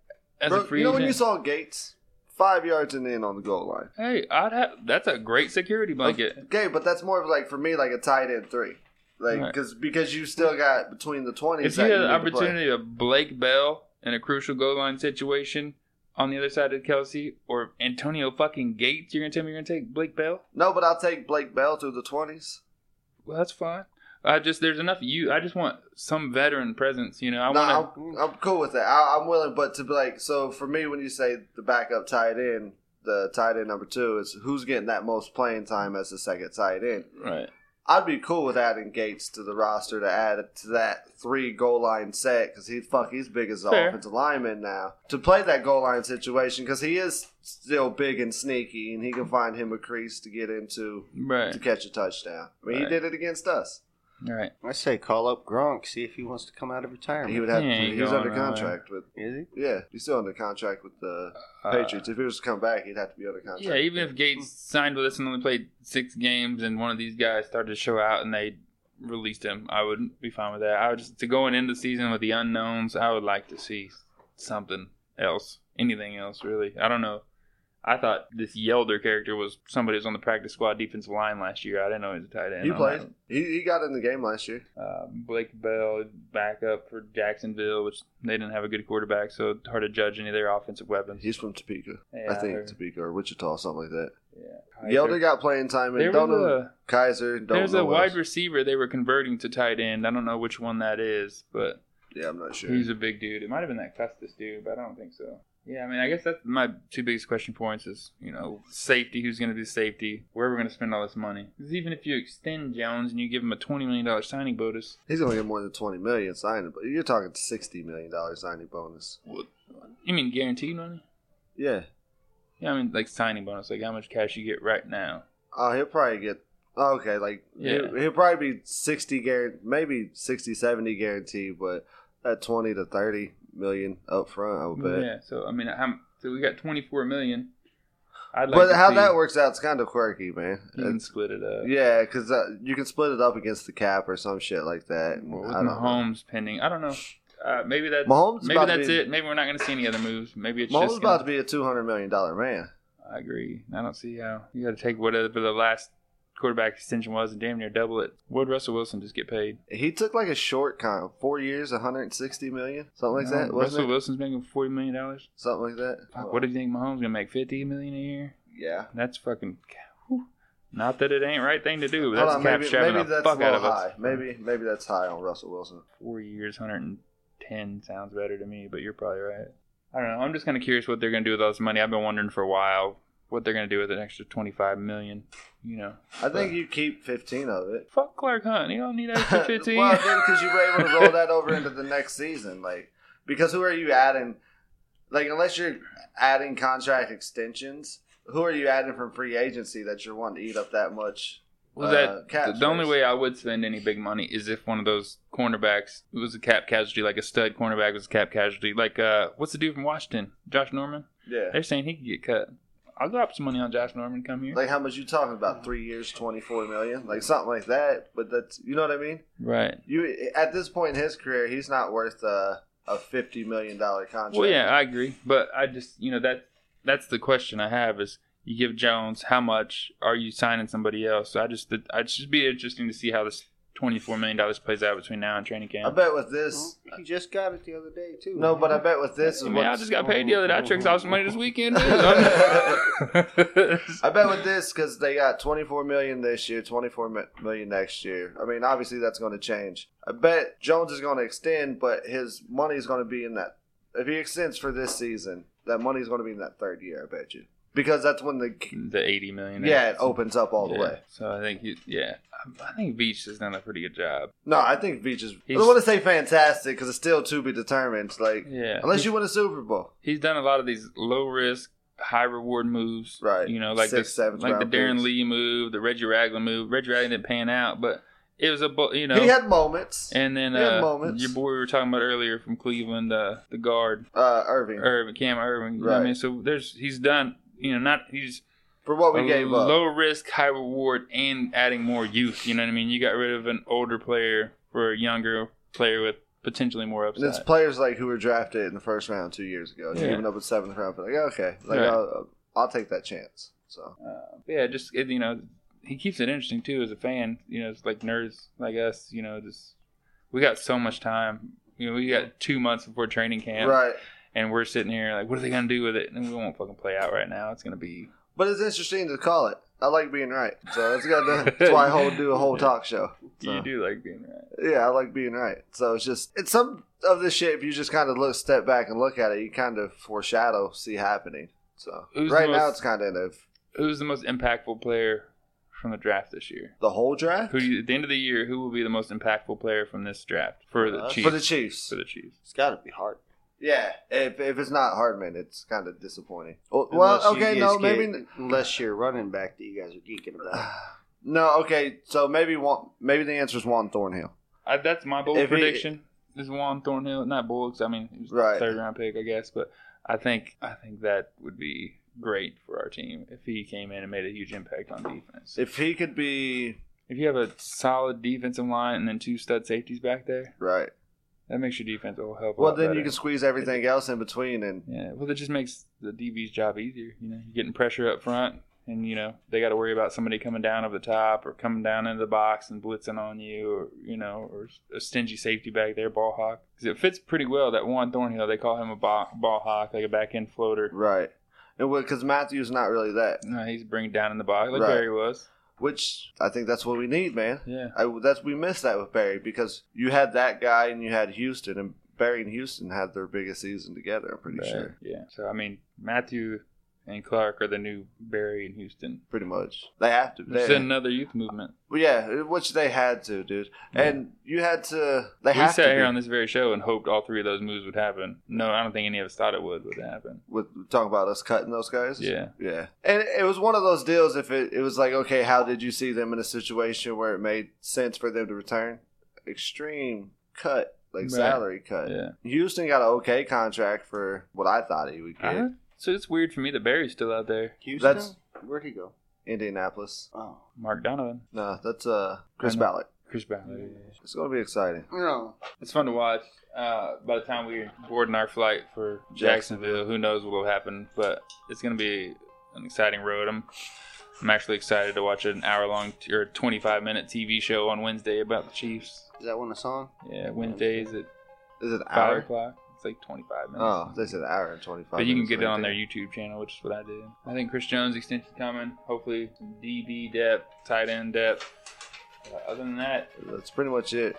as bro, a free you know when you agent, saw Gates five yards and in on the goal line. Hey, I'd have. That's a great security blanket. Okay, but that's more of like for me like a tight end three, like Right. because because you still got between the twenties. If you had an opportunity of Blake Bell in a crucial goal line situation on the other side of Kelsey or Antonio fucking Gates, you're gonna tell me you're gonna take Blake Bell? no, but I'll take Blake Bell through the twenties. Well, that's fine. I just there's enough you. I just want some veteran presence. You know, I no, want I'm, I'm cool with that. I, I'm willing, but to be like, so for me, when you say the backup tight end, the tight end number two is who's getting that most playing time as the second tight end. to right. I'd be cool with adding Gates to the roster to add to that three goal line set because he fuck he's big as an Fair. offensive lineman now to play that goal line situation because he is still big and sneaky and he can find him a crease to get into Right. to catch a touchdown. I mean, he Right. did it against us. Right. I say call up Gronk, see if he wants to come out of retirement. He would have. He to ain't he was going under nowhere. contract with. Is Yeah, he's still under contract with the Uh, Patriots. If he was to come back, he'd have to be under contract. Yeah, even if Gates signed with us and only played six games, and one of these guys started to show out and they released him, I would be fine with that. I would just to going into the season with the unknowns. I would like to see something else, anything else really. I don't know. I thought this Yelder character was somebody who was on the practice squad defensive line last year. I didn't know he was a tight end. he I'm played. like, He, he got in the game last year. Uh, Blake Bell back up for Jacksonville, which they didn't have a good quarterback, so it's hard to judge any of their offensive weapons. He's from Topeka, Yeah, I think or- Topeka or Wichita, something like that. yeah. Yelder got playing time and There was don't know. a- Kaiser. Don't There's know a what wide else. receiver they were converting to tight end. I don't know which one that is, but Yeah, I'm not sure. he's a big dude. It might have been that Custis dude, but I don't think so. Yeah, I mean, I guess that's my two biggest question points is, you know, safety, who's going to be safety, where we're going to spend all this money. Because even if you extend Jones and you give him a $20 million signing bonus, He's gonna get more than twenty million signing, but you're talking sixty million dollar signing bonus. what- you mean guaranteed money? Yeah. Yeah, I mean, like signing bonus, like how much cash you get right now. Oh, he'll probably get okay. Like Yeah. he'll, he'll probably be sixty guarantee, maybe 60, 70 guarantee, but at twenty to thirty million up front, I would bet. yeah, so, I mean, how, so we got $24 million. I'd like but to how see- that works out, it's kind of quirky, man. You can It's, split it up. yeah, because uh, you can split it up against the cap or some shit like that. Well, with I don't know. Mahomes pending, I don't know. Uh, maybe that's Mahomes is maybe about to that's be- it. Maybe we're not going to see any other moves. Maybe it's Mahomes just. about Gonna, to be a two hundred million dollar man. I agree. I don't see how you got to take whatever the last quarterback extension was and damn near double it. Would Russell Wilson just get paid? He took like a short con, four years, one hundred and sixty million, something like No, that. Wasn't Russell it? Wilson's making forty million dollars. Something like that. What do you think Mahomes gonna make fifty million a year? Yeah. That's fucking. whew. Not that it ain't right thing to do, but Hold that's on, cap maybe, strapping maybe the that's a fuck out little of us. high. Maybe maybe that's high on Russell Wilson. four years, 110 sounds better to me, but you're probably right. I don't know. I'm just kind of curious what they're going to do with all this money. I've been wondering for a while what they're going to do with an extra 25 million. You know, I think you keep fifteen of it. fuck Clark Hunt. You don't need an extra well, 15. because you were able to roll that over into the next season, like because who are you adding? Like unless you're adding contract extensions, who are you adding from free agency that you're wanting to eat up that much? Well, uh, that cap the only space? way I would spend any big money is if one of those cornerbacks was a cap casualty, like a stud cornerback was a cap casualty. Like uh, what's the dude from Washington, Josh Norman? Yeah. They're saying he could get cut. I'll drop some money on Josh Norman. Come here, Like how much you talking about? Three years, twenty four million, like something like that. But that's you know what I mean. right? You at this point in his career, he's not worth a, a fifty million dollar contract. Well, yeah, I agree, but I just you know that that's the question I have is you give Jones how much are you signing somebody else? So I just I just be interesting to see how this twenty four million dollars plays out between now and training I camp. bet with he? this, He just got it the other day too. no, but I bet with this, I, mean, I what's- just got paid the other day. I tricked out some money this weekend. I bet with this because they got 24 million this year, 24 mi- million next year. I mean, obviously that's going to change. I bet Jones is going to extend, but his money is going to be in that. If he extends for this season, that money is going to be in that third year. I bet you because that's when the the eighty million. yeah it opens up all the Yeah. way. So I think he, yeah, I, I think Beach has done a pretty good job. No, I think Beach is. I He's- don't want to say fantastic because it's still to be determined. Like Yeah, unless you win a Super Bowl, he's done a lot of these low risk, high reward moves. Right. You know, like Six, the seventh like the round Darren picks. Lee move, the Reggie Ragland move. Reggie Ragland didn't pan out, but it was a bu- you know. he had moments. and then he had uh, moments. your boy we were talking about earlier from Cleveland, uh, the guard uh, Irving Irvin, Cam Irvin. You know what I Right. mean, so there's he's done. You know, not he's for what we a gave up. low risk, high reward, and adding more youth. You know what I mean? You got rid of an older player for a younger player with potentially more And it's upside. players like who were drafted in the first round two years ago, Yeah. even up in seventh round. But like, okay, like Right. I'll, I'll take that chance. So Uh, but yeah, just it, you know, he keeps it interesting too as a fan. You know, it's like nerds like us. You know, just we got so much time. You know, we got two months before training camp, right, and we're sitting here like, what are they gonna do with it? And we won't fucking play out right now. It's gonna be but it's interesting to call it. I like being right, so that's good. That's why I whole, do a whole talk show. So. you do like being uh, right. Yeah, I like being right. So it's just it's some of this shit. If you just kind of look, step back and look at it, you kind of foreshadow see happening. So Who's right the now, most- it's kind of Who's the most impactful player from the draft this year? the whole draft Who do you, at the end of the year, who will be the most impactful player from this draft for the Uh, Chiefs? for the Chiefs. For the Chiefs. It's got to be hard. Yeah, if, if it's not Hardman, it's kind of disappointing. Well, Unless you okay, guys no, get- maybe unless you're running back that you guys are geeking about. no, okay. So maybe one, maybe the answer is Juan Thornhill. I, that's my bold If he- prediction. is Juan Thornhill, not Bullocks. I mean, he was Right. a third round pick, I guess, but I think I think that would be great for our team if he came in and made a huge impact on defense. If, If he could be you have a solid defensive line and then two stud safeties back there, right, that makes your defense a whole hell of a well, lot then you better. can squeeze everything else in between, and Yeah, well, that just makes the DB's job easier. You know, you're getting pressure up front, and you know they got to worry about somebody coming down over the top or coming down into the box and blitzing on you, or you know, or a stingy safety back there, ball hawk. Because it fits pretty well that one Thornhill. They call him a ball, ball hawk, like a back end floater. right, and because Matthew's not really that, No, he's bringing down in the box like Right. Barry was. which I think that's what we need, man. Yeah, I, that's we missed that with Barry because you had that guy and you had Houston, and Barry and Houston had their biggest season together. I'm pretty Barry, sure, Yeah. So I mean, Matthew and Clark are the new Barry in Houston. pretty much they have to. It's They- another youth movement. Well, yeah, which they had to, dude. And you had to. They we have sat to here be- on this very show and hoped all three of those moves would happen. No, I don't think any of us thought it would would happen. with talking about us cutting those guys. Yeah. yeah. And it was one of those deals. If it, it was like, okay, how did you see them in a situation where it made sense for them to return? Extreme cut, like Right. salary cut. Yeah. Houston got an okay contract for what I thought he would get. Uh, so it's weird for me that Barry's still out there. Houston, That's- where'd he go? Indianapolis. Oh Mark Donovan, No, that's uh Chris I know. Ballard. Chris Ballard. It's gonna be exciting. no, It's fun to watch. Uh, by the time we're boarding our flight for Jacksonville. Jacksonville, who knows what will happen, but it's going to be an exciting road. I'm, I'm actually excited to watch an hour long t- or 25 minute TV show on Wednesday about the Chiefs. is that one a song? Yeah, Wednesdays at Is it an 5 hour? o'clock. It's like 25 minutes. Oh, they said an hour and twenty five. But you can get it on their YouTube channel, which is what I did. I think Chris Jones extension coming. Hopefully, some DB depth, tight end depth. Uh, other than that, That's pretty much it.